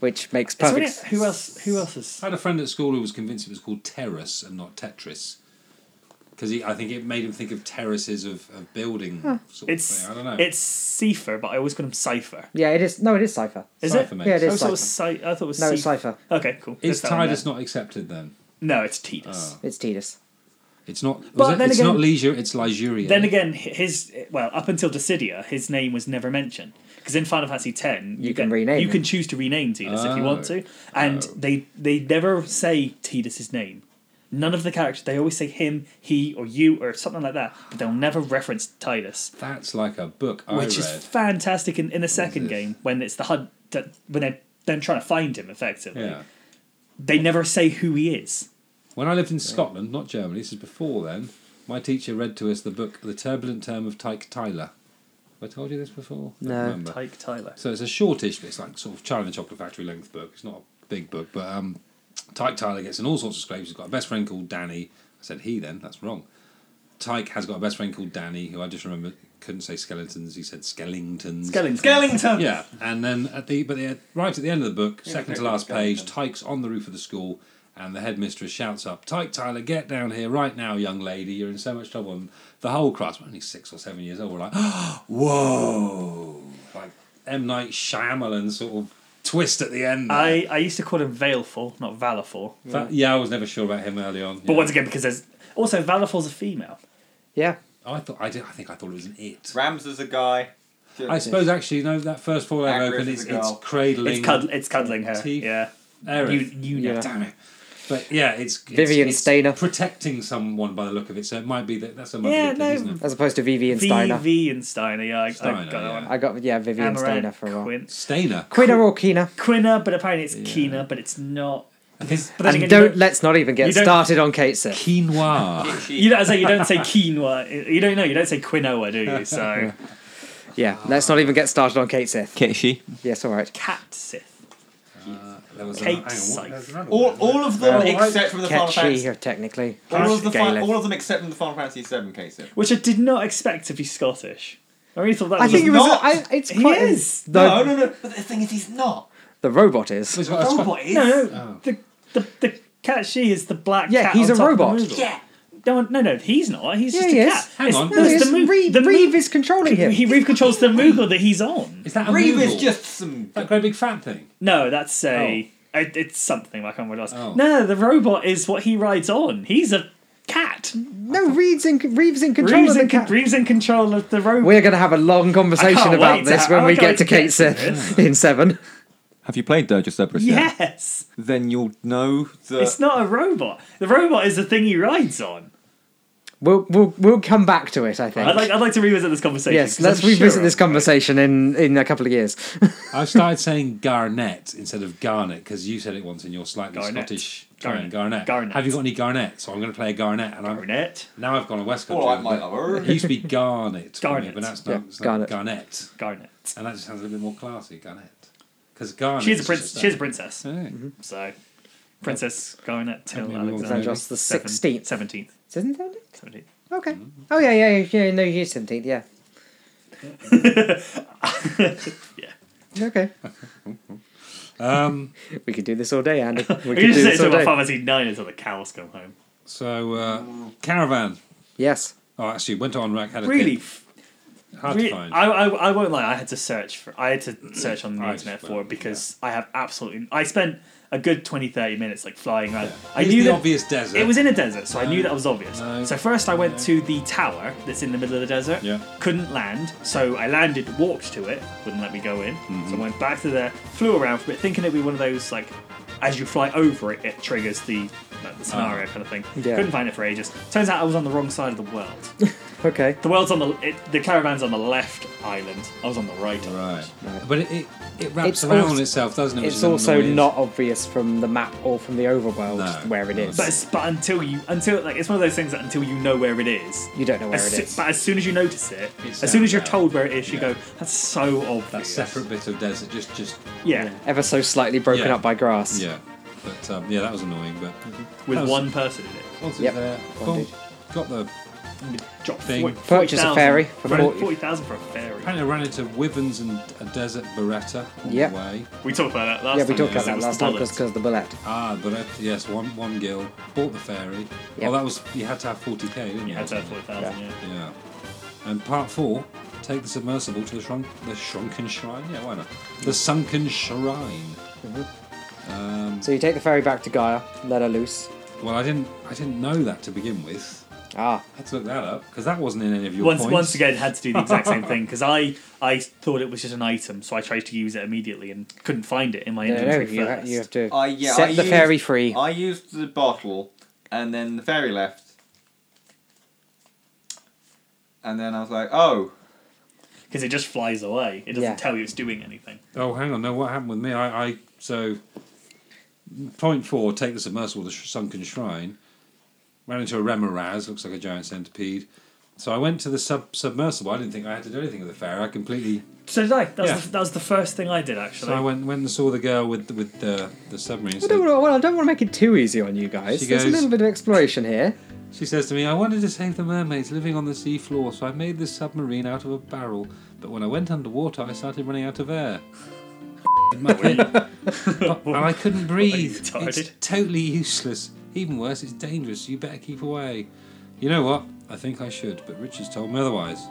C: which makes
A: It's
C: perfect.
A: weird, Who else? Who else is?
B: I had a friend at school who was convinced it was called terrace and not Tetris. Because I think it made him think of terraces of, of building sort
A: It's
B: of thing. I don't know.
A: it's Cipher, but I always call him Cipher.
C: Yeah, it is. No, it is Cipher.
A: Is
B: Cipher
A: it?
B: makes
C: Yeah, it
A: I always
C: is
A: thought it
C: Cipher.
A: was Ci- I thought it was
C: No,
A: Ciph-
C: it's Cipher.
A: Okay, cool.
B: is
A: There's that one
B: Tidus Oh.
A: there.
B: not accepted then?
A: No, it's Tidus.
C: It's Tidus.
B: It's not.
A: But
B: was it-
A: then
B: it's
A: again-
B: not leisure. It's Lysuria.
A: Then again, hi- his well up until Dissidia, his name was never mentioned because in Final Fantasy X, you,
C: can rename
A: You
C: him.
A: can choose to rename Tidus if you
B: Oh.
A: want to, and they they never say Tidus's name. None of the characters, they always say him, he, or you, or something like that, but they'll never reference Titus
B: That's like a book I
A: which
B: read.
A: is fantastic in, in the second
B: is-
A: game when it's the HUD that when they're then trying to find him effectively.
B: yeah.
A: They never say who he is.
B: When I lived in Scotland, not Germany, this is before then, my teacher read to us the book The Turbulent Term of Tyke Tyler. Have I told you this before? I don't
C: No.
B: remember.
A: Tyke Tyler.
B: So it's a shortish, but it's like sort of Charlie and the Chocolate Factory length book. It's not a big book, but um, Tyke Tyler gets in all sorts of scrapes. He's got a best friend called Danny. I said he then, that's wrong. Tyke has got a best friend called Danny, who I just remember couldn't say skeletons, he said skellingtons.
A: Skellington.
D: Skellington.
B: Yeah, and then at the but the, right at the end of the book, second to last page, Tyke's on the roof of the school, and the headmistress shouts up, "Tyke Tyler, get down here right now, young lady! You're in so much trouble." And the whole class, we're only six or seven years old, we're like, "Whoa!" Like M Night Shyamalan sort of twist at the end. there.
A: I, I used to call him Valeful, not Valaful.
B: That- yeah, I was never sure about him early on.
A: But
B: yeah.
A: once again, because there's also Valaful's a female.
C: Yeah.
B: I thought I did. I think I thought it was an it.
D: Rams is a guy.
B: I suppose actually, no, that first fall I've
D: Hagrid
B: opened,
D: is
B: it's,
D: a
B: it's
D: girl.
B: cradling.
A: It's cuddling, it's cuddling her.
B: Teeth.
A: Yeah.
B: Aerith.
A: You, you know.
C: Yeah.
B: Damn it. But yeah, it's it's-
C: Vivian
B: it's
C: Steiner.
B: protecting someone by the look of it. So it might be that that's a might
A: Yeah,
B: be a good
A: no.
B: thing, isn't it?
C: As opposed to Vivi and
A: V,
C: Steiner.
A: v and Steiner, yeah. I, I
B: Steiner,
A: got that
B: yeah.
A: one.
C: I got yeah, Vivi and Steiner
A: Amaranth,
C: for a while.
A: Quin-
B: Steiner.
C: Quinner or Keener.
A: Quinna, but apparently it's Keena, but it's not. Because, but then
C: And
A: again, you
C: don't
A: don't-
C: let's not even
A: you
C: get
A: don't-
C: started on Kate Sith.
B: Quinoa.
A: You don't say you don't say quinoa. You don't know. You don't say quinoa, do you? So
C: Yeah, let's not even get started on Kate Sith.
D: Kitschy.
C: Yes, all right.
A: cat Sith.
B: There was
A: Kate
B: hang on,
A: Scythe.
B: there's another
D: All,
B: one.
D: all of them
C: Oh,
D: except from the Final
C: Catchy
D: Fantasy.
C: here, technically.
D: All of, the fi-
C: Gaelic.
D: all of them except from the Final Fantasy VII case. It.
A: which I did not expect to be Scottish. I really thought that
C: I
A: was.
C: think it
A: a-
C: was.
D: not.
C: I, it's
A: He
C: quite.
A: is.
C: The,
D: No, no, no. But the thing is, he's not.
C: the robot is.
B: It's
D: The
B: got a
D: robot
B: sp-
D: is.
A: no, no.
B: Oh.
A: The, the the cat she is the black.
C: Yeah,
A: cat
C: he's
A: on
C: a
A: top of the
C: robot.
A: noodle.
D: Yeah.
A: No, no, no. He's not. He's
C: Yeah,
A: just
C: he
A: a
C: is.
A: cat.
B: Hang
A: It's-
B: on.
A: no,
C: No,
A: it's
C: it's
A: the Moog-
C: Reeve,
A: the
C: Reeve
A: Moog-
C: is controlling him.
A: He Reeve controls the Moogle that he's on.
B: Is that a
D: Reeve is
B: Moogle?
D: just some.
B: that great big fat thing.
A: No, that's a.
C: Oh.
A: It, it's something I can't remember. what it was.
B: Oh.
A: No, the robot is what he rides on. He's a cat.
C: no, Reeves in Reeves in control
A: Reeves
C: of the
A: in,
C: cat.
A: Reeve's in control of the robot.
C: We're going to have a long
A: I
C: conversation
A: can't
C: about
A: wait
C: this
A: to-
C: when
A: I
C: we
A: can't
C: get
A: wait
C: to
A: to get
C: Kate
A: to
C: Sith in seven.
D: Have you played Dojo Cerberus
A: Yes.
D: Then you'll know that.
A: It's not a robot. The robot is the thing he rides on.
C: We'll, we'll we'll come back to it. I think.
A: I'd like, I'd like to revisit this conversation.
C: yes,
A: 'cause
C: let's
A: I'm
C: revisit
A: sure
C: this
A: I'm right.
C: conversation in in a couple of years.
B: I've started saying Garnet instead of Garnet because you said it once in your slightly
A: Garnet.
B: Scottish
A: Garnet.
B: Garnet. Garnet.
A: Garnet.
B: Have you got any Garnet? So I'm going to play a Garnet, and I'm
A: Garnet.
B: now I've gone to West Country.
D: All right, my lover.
B: It used to be Garnet. for me,
A: Garnet.
B: but that's
C: Yeah,
B: not it's not
C: Garnet.
B: Garnet.
A: Garnet.
B: And that just sounds a little bit more classy, Garnet. Because Garnet.
A: She's a
B: princess.
A: prince. She's a princess.
B: princess.
A: So, Princess Garnet till
B: Maybe we won't
A: Alexander
C: Alexandros the 16th.
A: seventeenth,
C: Isn't that it?
A: seventeenth.
C: Okay. Oh yeah, yeah, yeah. yeah, No, you're seventeenth. Yeah.
A: Yeah.
C: Okay.
B: Um,
C: We could do this all day, Andy. We could
A: We
C: do
A: just say
C: this
A: talk
C: all
A: about
C: day.
A: Pharmacy Nine until the cows come home.
B: so, uh, Caravan.
C: Yes.
B: Oh, actually, went on rack, had a
A: Really,
B: kid. Hard
A: really
B: to find.
A: I, I, I won't lie. I had to search for. I had to search on the
B: I
A: internet
B: just
A: for it
B: won't,
A: because I have absolutely. I spent a good 20, 30 minutes like flying around. I
B: It's
A: knew
B: the
A: that
B: obvious desert.
A: It was in a desert, so I knew that was obvious.
B: No.
A: So first I went to the tower that's in the middle of the desert.
B: Yeah.
A: Couldn't land, so I landed, walked to it, wouldn't let me go in.
B: Mm-hmm.
A: So I went back to there, flew around for it, thinking it'd be one of those like, as you fly over it, it triggers the, like, the
B: Uh-huh.
A: scenario kind of thing.
C: Yeah.
A: Couldn't find it for ages. Turns out I was on the wrong side of the world.
C: Okay.
A: the world's on the it, the caravan's on the left island. I was on the right.
B: Right. But it, it, it wraps
C: It's
B: around
C: also-
B: itself, doesn't it? which
C: It's
B: is
C: also
B: annoying.
C: not obvious from the map or from the overworld
B: No.
C: where it
B: No.
C: is.
A: But, it's, but until you until like it's one of those things that until you know where it is,
C: You don't know where
A: as
C: it
A: soo-
C: is.
A: But as soon as you notice it,
B: It
A: as soon as
B: stands
A: you're
B: out.
A: told where it is, you
B: Yeah.
A: go, "That's so obvious."
B: That separate bit of desert, just, just,
A: Yeah,
C: Ever so slightly broken
B: Yeah.
C: up by grass.
B: yeah. But um, yeah, that was annoying. But
A: with
B: That was-
A: one person in it.
B: once
C: Mm-hmm. Yep.
B: it's there,
C: One
B: boom,
C: dude.
B: got the.
A: Drop
B: Thing.
A: 40,
C: Purchase a
A: 40,000
C: ferry for
A: Ran-
C: 40.
A: 40,000 for a ferry.
B: Apparently, I ran into Wibbons and a desert Beretta on
C: Yep.
B: the way.
A: We talked about that last
C: Yeah,
A: time.
C: we talked about
A: because it
C: that
A: was
C: last
A: the
C: time
A: bullet.
C: because of the bullet.
B: Ah, Beretta, yes, one one gill. Bought the ferry.
C: Yep.
B: Oh, that was. You had to have 40k, didn't you?
A: Yeah, it's about 40,000, yeah.
B: Yeah. And part four, take the submersible to the shrunk, the shrunken shrine. Yeah, why not? The sunken shrine. Mm.
C: So you take the ferry back to Gaia, let her loose.
B: Well, I didn't, I didn't know that to begin with.
C: Ah,
B: I had to look that up because that wasn't in any of your
A: Once,
B: points.
A: once again, had to do the exact same thing because I, I thought it was just an item, so I tried to use it immediately and couldn't find it in my
C: no, no,
A: inventory
C: you, ha-
A: first.
C: you have to
D: I yeah.
C: set
D: I
C: the
D: used,
C: ferry free.
D: I used the bottle and then the ferry left. And then I was like, oh,
A: because it just flies away. It doesn't
C: Yeah.
A: tell you it's doing anything.
B: Oh, hang on. No, what happened with me? I, I so point four. Take the submersible to sh- sunken shrine. Ran into a remoraz. Looks like a giant centipede. So I went to the sub submersible. I didn't think I had to do anything with the ferry. I completely.
A: So did I. That was,
B: Yeah.
A: the, that was the first thing I did actually.
B: So I went went and saw the girl with the, with the the submarine.
C: I don't,
B: So
C: want to, well, I don't want to make it too easy on you guys.
B: She
C: There's a
B: goes-
C: little bit of exploration here.
B: she says to me, "I wanted to save the mermaids living on the sea floor, so I made this submarine out of a barrel. But when I went underwater, I started running out of air." and I couldn't breathe.
A: retarded?
B: It's totally useless. Even worse, it's dangerous. You better keep away. You know what? I think I should, but Richard's told me otherwise.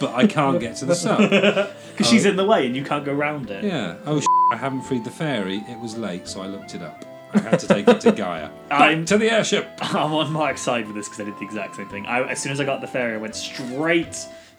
B: but I can't get to the sub.
A: Because she's in the way and you can't go round it.
B: uh, Yeah. Oh, sh- I haven't freed the fairy. It was late, so I looked it up. I had to take it to Gaia.
A: I'm-
B: Back to the airship.
A: I'm on Mark's side with this because I did the exact same thing. I, as soon as I got the ferry, I went straight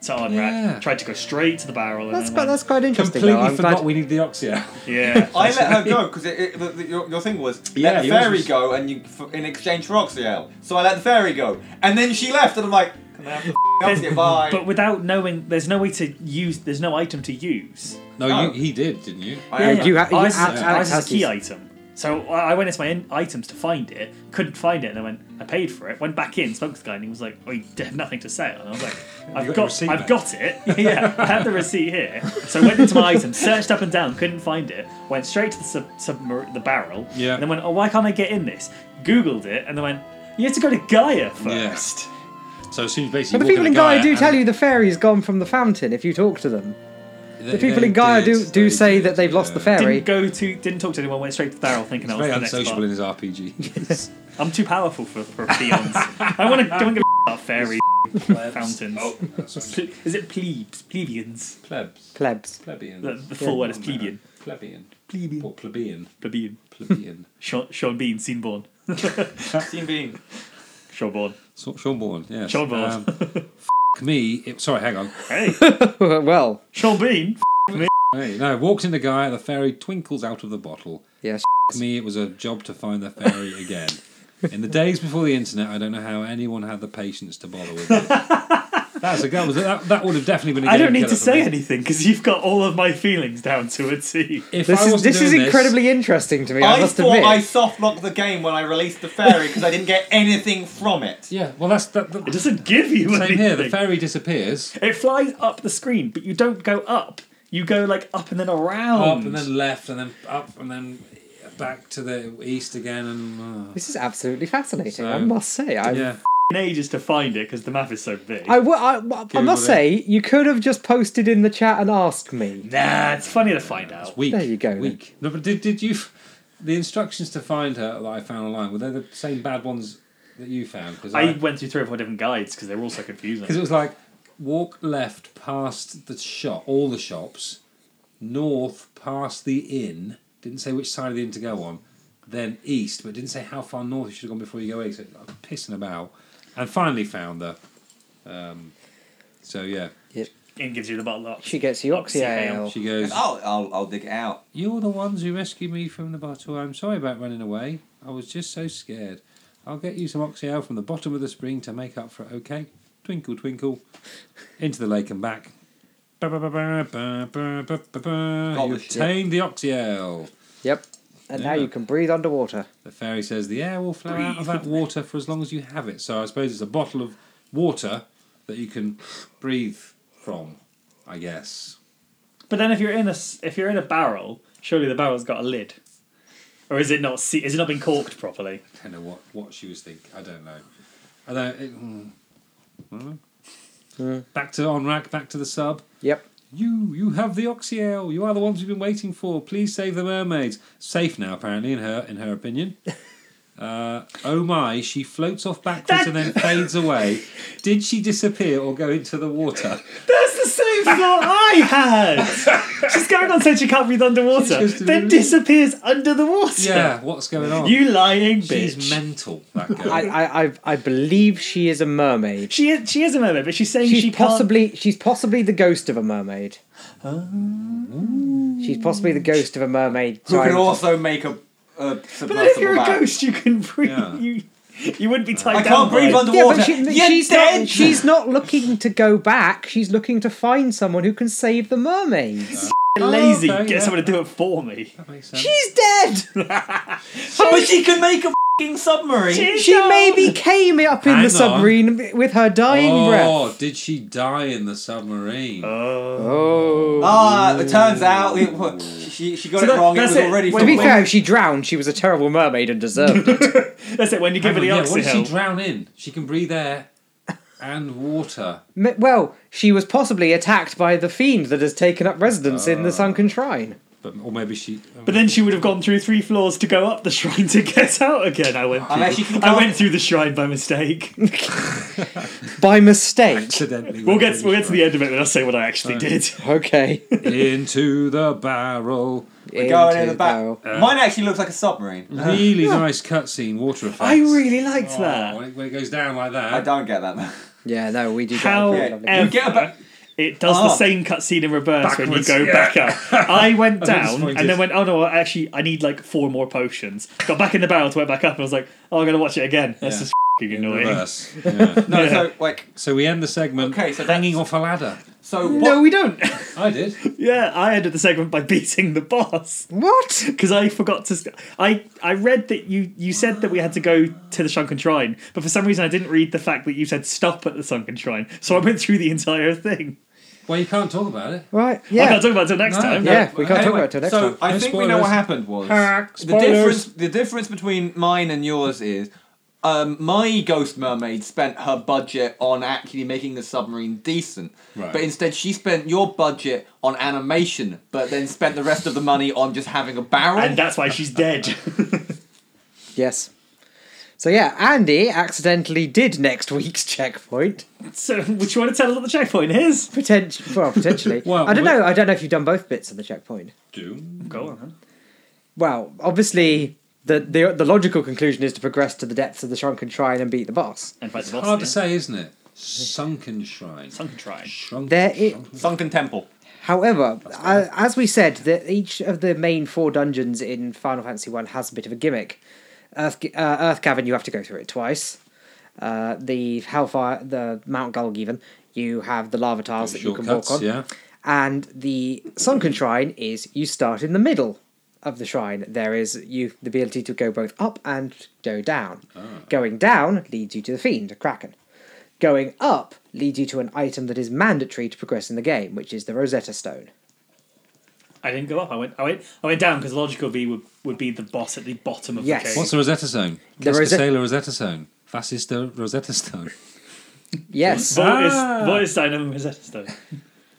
A: to Onrat,
B: Yeah.
A: tried to go straight to the barrel. And
C: That's
A: then
C: quite,
A: went-
C: that's quite interesting.
B: Completely
C: Though. I'm
B: forgot
C: glad-
B: we need the oxia.
A: yeah.
D: I let her go because it, it, the, the, your, your thing was
B: Yeah,
D: let the
B: yours
D: fairy
B: was-
D: go and you for, in exchange for Oxiel. So I let the fairy go, and then she left, and I'm like, can I have the Oxy? Bye.
A: But without knowing, there's no way to use. There's no item to use.
B: No,
D: Oh.
B: you, he did, didn't you?
D: I
C: Yeah,
D: am-
C: you ha- you
A: Ours is-
C: Alex
A: ours
C: has
A: is a key
C: these.
A: item. So I I went into my in- items to find it, couldn't find it, and I went. I paid for it. Went back in, spoke to the guy, and he was like, "Oh, you have nothing to sell." And I was like, "I've
B: got your
A: got,
B: receipt
A: I've
B: back."
A: got it. yeah, I have the receipt here." So I went into my items, searched up and down, couldn't find it. Went straight to the sub, submar- the barrel.
B: Yeah.
A: And then went, "Oh, why can't I get in this?" Googled it, and then went, "You have to go to Gaia first.
B: So as soon as basically.
C: But the
B: you walk
C: people in
B: into
C: Gaia
B: Gaia
C: do
B: and
C: tell you the fairy's gone from the fountain if you talk to them.
B: they-
C: The people
B: they
C: in Gaia do,
B: did,
C: do
B: they
C: say
B: did,
C: that they've lost the
B: yeah.
C: fairy.
A: Didn't go to, didn't talk to anyone. Went straight to the barrel, thinking I was
B: Very
A: the next
B: unsociable
A: part.
B: in his RPG.
A: I'm too powerful for, for peons. I want to don't give a about fairy fountains. Ple- Is it plebes? Plebeians?
B: Plebs.
C: Plebs.
B: Plebeian.
A: The, the full word is plebeian.
B: Plebeian.
A: Plebeian.
B: Or plebeian.
A: Plebeian.
B: Plebeian.
A: Sean, Sean Bean, Seanborn.
D: Sean Bean.
A: Seanborn.
B: So, Sean Bourne, yes.
A: Sean Bourne.
B: Um. f- me. It, sorry, hang on.
A: Hey,
C: well,
A: Sean Bean.
B: Hey, no, walks into Guy, the fairy twinkles out of the bottle.
C: yes.
B: F- me, it was a job to find the fairy again. In the days before the internet, I don't know how anyone had the patience to bother with it. That's a, that, was, that, that would have definitely been a
A: I
B: game
A: don't need
B: killer
A: to
B: for
A: say
B: me.
A: anything because you've got all of my feelings down to a T.
B: If
C: This
B: I
C: is,
B: wasn't
C: this is
B: doing
C: incredibly interesting to me, I,
D: I
C: must
D: thought
C: admit.
D: I soft locked the game when I released the fairy because I didn't get anything from it.
B: Yeah, well, that's that,
A: It
B: the
A: doesn't give you
B: same
A: anything.
B: here. The fairy disappears,
A: it flies up the screen, but you don't go up. You go like up and then around.
B: up and then left, and then up, and then back to the east again, and. Uh,
C: This is absolutely fascinating, I
B: So-
C: must say. I,
B: yeah.
A: ages to find it because the map is so big.
C: I, w- I- I must say, you could have just posted in the chat and asked me.
A: nah, it's funny to find out.
B: Weak.
C: There you go, then.
B: Weak. No, but did, did you. f- The instructions to find her that I found online, were they the same bad ones that you found? Because
A: I went through three or four different guides because they were all so confusing.
B: it was like walk left past the shop, all the shops, north past the inn, didn't say which side of the inn to go on, then east, but didn't say how far north you should have gone before you go east. I'm pissing about. And finally found the. Um, so yeah,
A: and gives you the bottle of
C: She gets you
A: Oxy ale.
C: Oxyale.
B: she goes.
D: I'll, Oh, I'll, I'll dig it out.
B: You're the ones who rescued me from the bottle. I'm sorry about running away. I was just so scared. I'll get you some oxyal from the bottom of the spring to make up for it, okay? Twinkle, twinkle. Into the lake and back. Ba, ba, ba, ba, ba, ba, ba, ba, ba.
D: Got
B: You
D: the shit.
B: obtained the oxyal.
C: Yep. And now
B: Yeah.
C: you can breathe underwater.
B: The fairy says the air will flow out of that water for as long as you have it. So I suppose it's a bottle of water that you can breathe from, I guess.
A: But then if you're in a s- if you're in a barrel, surely the barrel's got a lid, or is it not? Se- is it not been corked properly?
B: I don't know what, what she was thinking. I don't know. I don't. It, mm. I don't know.
A: Hmm.
B: Back to Onrak, back to the sub.
C: Yep.
B: You, you have the Oxiel. You are the ones we've been waiting for. Please save the mermaids. Safe now, apparently, in her in her opinion. Uh, oh my, she floats off backwards and then fades away. Did she disappear or go into the water?
A: That's the same thought I had. She's going on saying she can't breathe underwater,
B: She's just-
A: then disappears under the water.
B: Yeah, what's going on?
A: you lying bitch.
B: She's mental, that girl.
C: I, I, I, I believe she is a mermaid.
A: she is she is a mermaid, but she's saying
C: She's
A: she
C: possibly she's possibly the ghost of a mermaid. She's possibly the ghost of a mermaid.
D: Who
C: trying
D: can
C: to-
D: also make a, a
A: Can't. But then if
D: submersible
A: you're a
D: back.
A: ghost, you can breathe.
B: Yeah.
A: You You wouldn't be tied
D: I
A: down.
D: can't breathe
A: by-
C: Yeah,
D: underwater.
C: but she,
D: You're
C: she's
D: dead.
C: not. She's not looking to go back. She's looking to find someone who can save the mermaids.
A: lazy.
B: Oh, okay,
A: Get
B: yeah.
A: someone to do it for me.
B: That makes sense.
C: She's dead.
D: but she can make a fucking submarine.
C: She maybe came up in
B: Hang
C: the
B: on.
C: submarine with her dying breath.
B: Oh, did she die in the submarine?
C: Oh.
D: Ah, it turns out it, wa- she she got
A: So
D: it
A: that-
D: wrong. It
A: that's
D: was
A: it.
D: already.
A: Wait,
C: To be
A: wait.
D: full.
C: fair, if she drowned, she was a terrible mermaid and deserved it.
A: That's it. When you give her the
B: Hang on, yeah,
A: oxygen,
B: what did she drown in? She can breathe air and water.
C: M- Well, she was possibly attacked by the fiend that has taken up residence in the sunken shrine.
B: But or maybe she
A: but then she would have gone through three floors to go up the shrine to get out again. I went.
D: Unless she
A: through-
D: can
A: I
D: go-
A: went through the shrine by mistake.
C: By mistake.
B: accidentally.
A: We'll get we'll get to the end of it, and I'll say what I actually
B: Oh,
A: did.
C: Okay.
B: into the barrel.
C: We're
D: Going in the back. Mine actually looks like a submarine.
B: Really nice cutscene, water effects.
A: I really liked
B: Oh,
A: that.
B: when, it, when it goes down like that.
D: I don't get that. though.
C: Yeah, no, we do get a pretty lovely-
D: You get a
A: However,
D: ba-
A: it does the
D: Ah.
A: same cutscene in reverse
B: Backwards,
A: when you go
B: yeah.
A: back up. I went down
B: disappointed.
A: and then went, oh no, I actually, I need like four more potions. Got back in the barrel, went back up, and I was like, oh, I'm gonna watch it again. That's
B: Yeah.
A: just f***ing annoying.
B: Reverse. Yeah.
D: No, so like,
B: so we end the segment
D: Okay, so
B: hanging
D: that's-
B: off a ladder.
D: so
C: No,
D: what?
C: we don't.
B: I did.
A: Yeah, I ended the segment by beating the boss
C: what?
A: because I forgot to. St- I I read that you you said that we had to go to the sunken shrine, but for some reason I didn't read the fact that you said stop at the sunken shrine. So I went through the entire thing.
B: Well, you can't talk about it.
C: Right,
A: I
C: yeah.
A: can't talk about it till next
B: No,
A: time.
C: yeah, we can't talk
D: Anyway,
C: about it till next
D: so
C: time.
D: I
B: No
D: think we know what
B: spoilers.
D: happened was
B: Hack,
D: the
B: spoilers.
D: difference. The difference between mine and yours is. Um, my ghost mermaid spent her budget on actually making the submarine decent,
B: Right.
D: but instead she spent your budget on animation, but then spent the rest of the money on just having a barrel.
A: And that's why she's dead.
C: Yes. So yeah, Andy accidentally did next week's checkpoint.
A: so, would you want to tell us what the checkpoint is?
C: Potential, well, potentially.
B: Well,
C: I don't
B: we-
C: know. I don't know if you've done both bits of the checkpoint.
B: Do
A: Go on.
C: Well, obviously, the the, the logical conclusion is to progress to the depths of the shrunken shrine and beat the boss.
A: And fight the boss.
B: hard to
A: yeah.
B: say, isn't it? Sunken shrine.
A: Sunken shrine.
B: Shrunk-
C: There it-
B: shrunken-
D: Sunken temple.
C: However, uh, as we said, that each of the main four dungeons in Final Fantasy One has a bit of a gimmick. Earth, uh, Earth Cavern, you have to go through it twice. Uh, the Hellfire, the Mount Gulgiven, you have the lava tiles that you can walk
B: Shortcuts,
C: on.
B: yeah.
C: And the Sunken Shrine is you start in the middle of the shrine. There is you the ability to go both up and go down.
B: Ah.
C: Going down leads you to the fiend, a kraken. Going up leads you to an item that is mandatory to progress in the game, which is the Rosetta Stone.
A: I didn't go up. I went. I went. I went down because logical V would, would be the boss at the bottom of
C: Yes.
A: the cave.
B: What's the Rosetta Stone?
C: The
B: The
C: Rose-
B: Rosetta Stone. Fascista Rosetta Stone.
C: Yes,
A: Boris,
B: Ah.
A: Boris Dynamo Rosetta Stone.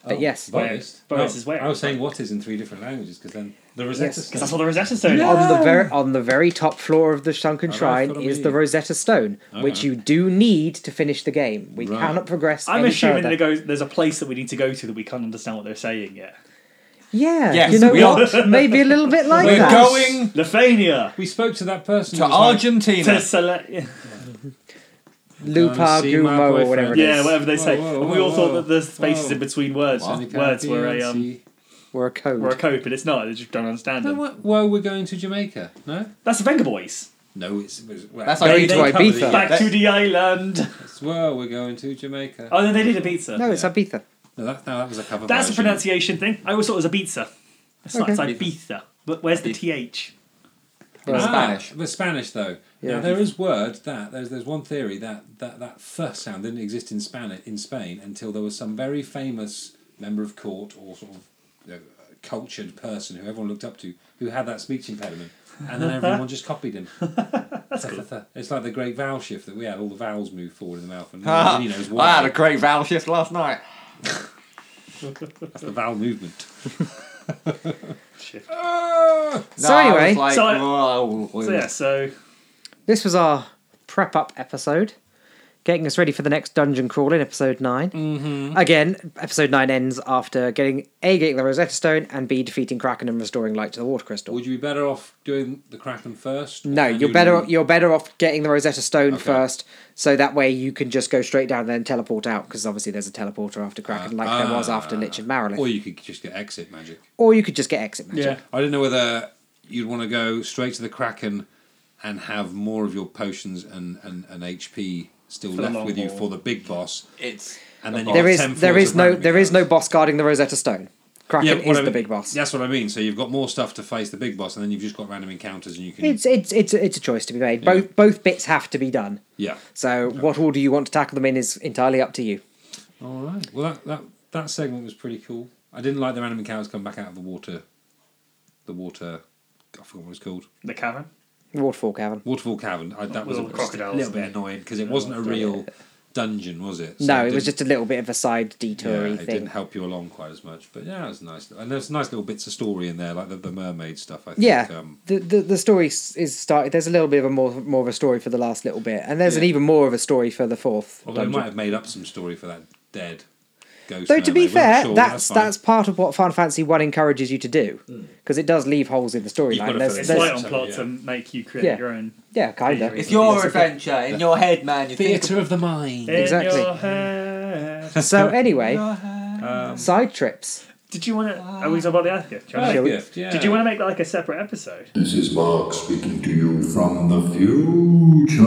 C: but yes.
B: Boris.
A: Boris
B: No,
A: is where?
B: I was saying what is in three different languages because then the Rosetta
C: Yes, 'cause
A: Because that's
B: Stone.
A: what the Rosetta Stone is.
C: On the very on the very top floor of the sunken
B: Alright,
C: shrine
B: follow
C: is
B: me.
C: the Rosetta Stone, which
B: Alright.
C: you do need to finish the game. We
B: Right.
C: cannot progress.
A: I'm
C: any
A: assuming
C: further.
A: there goes, there's a place that we need to go to that we can't understand what they're saying yet.
C: Yeah,
D: Yes,
C: you know
D: we are.
C: what? Maybe a little bit like
D: We're
C: that.
D: going
A: Lefania
B: We spoke to that person.
D: to
B: who was like,
A: to
D: Argentina.
A: Sele-
C: Lupa
B: Gonna see my
C: Gumo or whatever it is.
B: boyfriend.
A: yeah, whatever they say.
B: Whoa, whoa,
A: and we all
B: whoa,
A: thought that the
B: whoa.
A: spaces in between words
B: Sonic
A: words were a
B: Adventure.
A: um,
C: Or a code.
A: were a code, but it's not. I just don't understand
B: No,
A: them.
B: what? Well, we're going to Jamaica. No,
A: That's the Venga Boys.
B: no, it's, it's well,
D: That's
B: they-
D: like-
B: they
C: Going to
B: cover
C: Ibiza.
B: the
C: Yeah,
A: Back
B: East.
A: to the island.
B: That's- well, we're going to Jamaica.
A: Oh, then they did a pizza.
C: No, it's Ibiza.
B: No, that, no, that was a cover.
A: That's a
B: version.
A: pronunciation thing. I always thought it was a pizza. It's not, it's like pizza. But where's the th?
D: in Spanish.
B: Ah, but Spanish though.
C: Yeah.
B: Yeah. Now, there is word that there's there's one theory that that that th sound didn't exist in Spanish in Spain until there was some very famous member of court or sort of you know, cultured person who everyone looked up to who had that speech impediment, and then everyone just copied him. That's It's like the great vowel shift that we had. All the vowels move forward in the mouth, and
D: Ah,
B: nobody knows
D: I had
B: why.
D: a great vowel shift last night.
B: That's the vowel movement.
A: Shift.
B: Ah!
D: No,
C: So
D: I was
C: anyway-
D: like,
A: So I-
D: "Whoa, whoa,
A: So
D: whoa."
A: yeah, so
C: This was our prep up episode, getting us ready for the next dungeon crawl in episode 9. Mm-hmm. Again, episode 9 ends after getting A, getting the Rosetta Stone, and B, defeating Kraken and restoring light to the water crystal.
B: Would you be better off doing the Kraken first?
C: no,
B: And
C: you're
B: you-
C: better. You're better off getting the Rosetta Stone
B: Okay.
C: first, so that way you can just go straight down there and teleport out. Because obviously there's a teleporter after Kraken, like there was after Lich of Marilyn.
B: Ah. Or you could just get exit magic.
C: Or you could just get exit magic.
A: yeah.
B: I don't know whether you'd want to go straight to the Kraken and have more of your potions and, and, and HP still
A: the
B: left
A: long
B: with you
A: haul.
B: for the big boss.
D: It's
B: And then you
C: There
B: got
C: is
B: 10
C: there
B: Oh, floors
C: is
B: of
C: no
B: random
C: there is no
B: encounters.
C: boss guarding the Rosetta Stone. Kraken
B: but
C: is
B: I
C: the
B: mean-
C: big boss.
B: That's what I mean. So you've got more stuff to face the big boss, and then you've just got random encounters, and you can
C: It's it's it's it's a choice to be made. Both both bits have to be done.
B: yeah.
C: So what order you want to tackle them in is entirely up to you.
B: All right. Well, that, that that segment was pretty cool. I didn't like the random encounters come back out of the water. The water. I forgot what it was called.
A: The cavern.
C: Waterfall cavern.
B: Waterfall Cavern. I, that was a
A: Little crocodiles
B: little bit
A: and-
B: annoying because it wasn't a real dungeon, was it? So
C: No, it was
B: didn't-
C: just a little bit of a side detoury
B: yeah, it didn't
C: thing.
B: help you along quite as much. But yeah, it was nice. And there's nice little bits of story in there, like the, the mermaid stuff. I think.
C: Yeah,
B: Um,
C: the, the the story s- is started. There's a little bit of a more more of a story for the last little bit, and there's an
B: Yeah.
C: even more of a story for the fourth.
B: although
C: dungeon.
B: they might have made up some story for that dead ghost.
C: Though to be
B: mermaid. We're not
C: fair,
B: sure, but
C: that's
B: fine. Hmm.
C: that's part of what Final Fantasy One encourages you to do, because it does leave holes in the
B: You've got to
C: storyline. There's-
B: fill in
A: It's
B: There's-
A: light
C: there's-
A: on
B: so,
A: plot
B: yeah.
A: to make you create
C: Yeah.
A: your own.
C: Yeah, kind of.
A: Theory.
D: it's your
C: That's a bit-
D: adventure in your head, man. You think
B: theater of the mind.
C: Exactly.
A: In your head.
C: So anyway, um, side trips.
A: Did you want to? Are we talking about the Earth gift? Do you wanna-
C: Shall we-
B: Gift, Oh, yeah.
A: Did you want to make that like a separate episode?
G: This is Mark speaking to you from the future.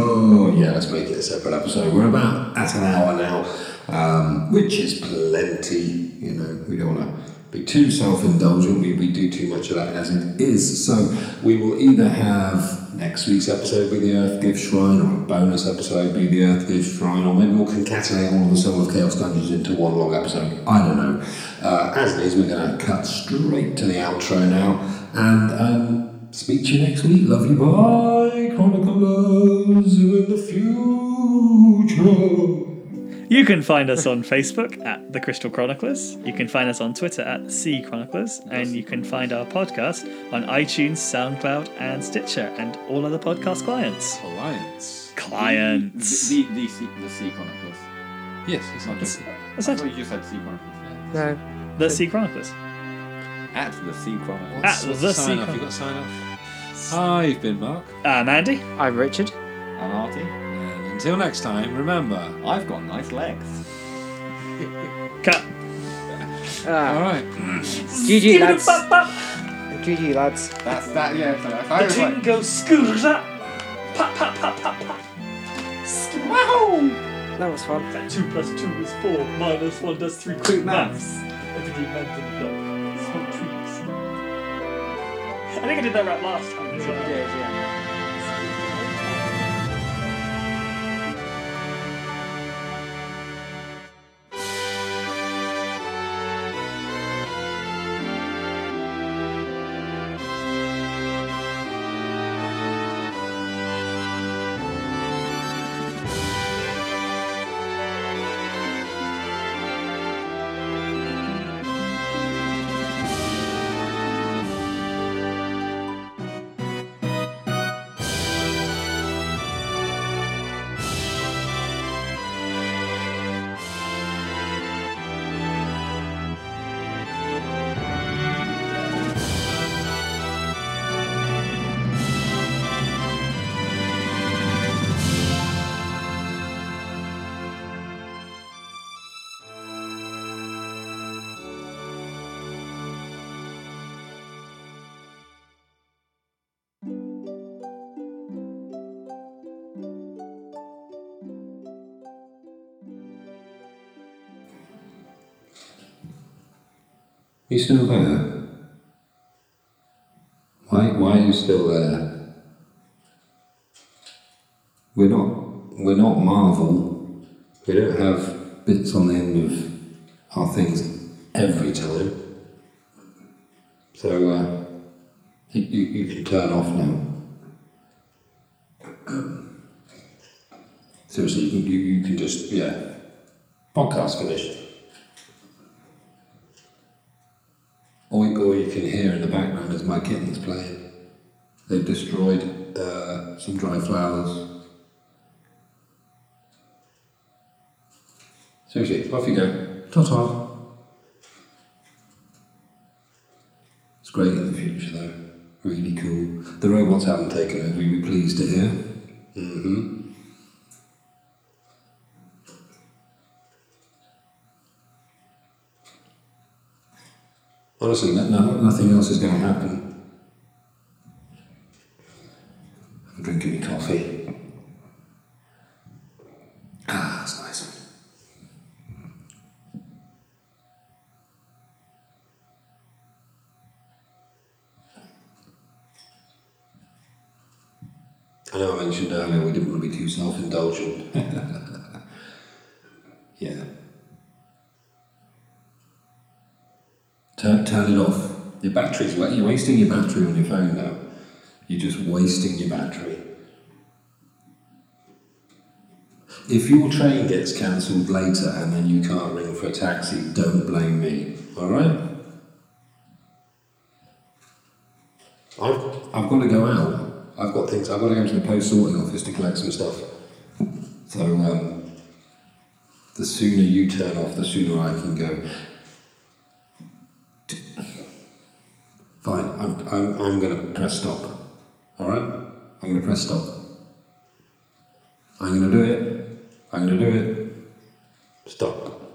G: Yeah, let's make it a separate episode. We're about at an hour now, um, which is plenty. You know, we don't want to be too self indulgent. We, we do too much of that as it is. So we will either have next week's episode be the Earth Gift Shrine, or a bonus episode be the Earth Gift Shrine, or maybe we'll concatenate all of the Soul of Chaos Dungeons into one long episode. I don't know. Uh, as it is, we're going to cut straight to the outro now. And um, speak to you next week. Love you. Bye, Chroniclers in the future.
A: You can find us on Facebook at The Crystal Chroniclers. You can find us on Twitter at C Chroniclers. And you can find our podcast on iTunes, SoundCloud, and Stitcher, and all other podcast clients.
B: Alliance.
A: Clients.
D: The the, the, sea- the sea chronicles.
B: Yes, it's not just
A: What's
D: That's
A: that?
D: what you just said. Sea chronicles.
C: No,
A: The C Chronicles.
D: At the sea chronicles.
A: At
B: what's
A: the
B: sign off.
A: sequel.
B: You got sign off. I've been Mark,
A: I'm Andy.
C: I'm Richard.
D: And Artie,
B: and until next time, remember.
D: I've got nice legs.
A: Cut.
B: All right.
C: GG lads. GG lads.
D: That's that. Yeah. So if I was like,
A: Jingo scooters up. Pop, pop, pop, pop, pop. Wow!
C: That was fun.
A: That 2 plus 2 is 4, minus 1 does 3. Quick maths. Everything maths in the book. It's not true. I think I did that right last time as well.
G: You still there? Why, why are you still there? We're not, we're not Marvel. We don't have bits on the end of our things every time. So, uh, you, you you can turn off now. Seriously, you can, you, you can just, yeah. Podcast finished. All, all you can hear in the background is my kittens playing. They've destroyed uh, some dry flowers. Seriously, off you go. Ta ta. It's great in the future, though. Really cool. The robots haven't taken over, you'd be pleased to hear. hmm. Honestly, no, no, nothing else is going to happen. I'm drinking Ah, I know I mentioned earlier we didn't want to be too self indulgent. yeah. Turn, turn it off. Your battery's wa- You're wasting your battery on your phone now. You're just wasting your battery. If your train gets cancelled later and then you can't ring for a taxi, don't blame me. All right? I've, I've got to go out. I've got things. I've got to go to the post sorting office to collect some stuff. So um, the sooner you turn off, the sooner I can go. Fine. I'm, I'm, I'm going to press stop. All right. I'm going to press stop. I'm going to do it. I'm going to do it. Stop.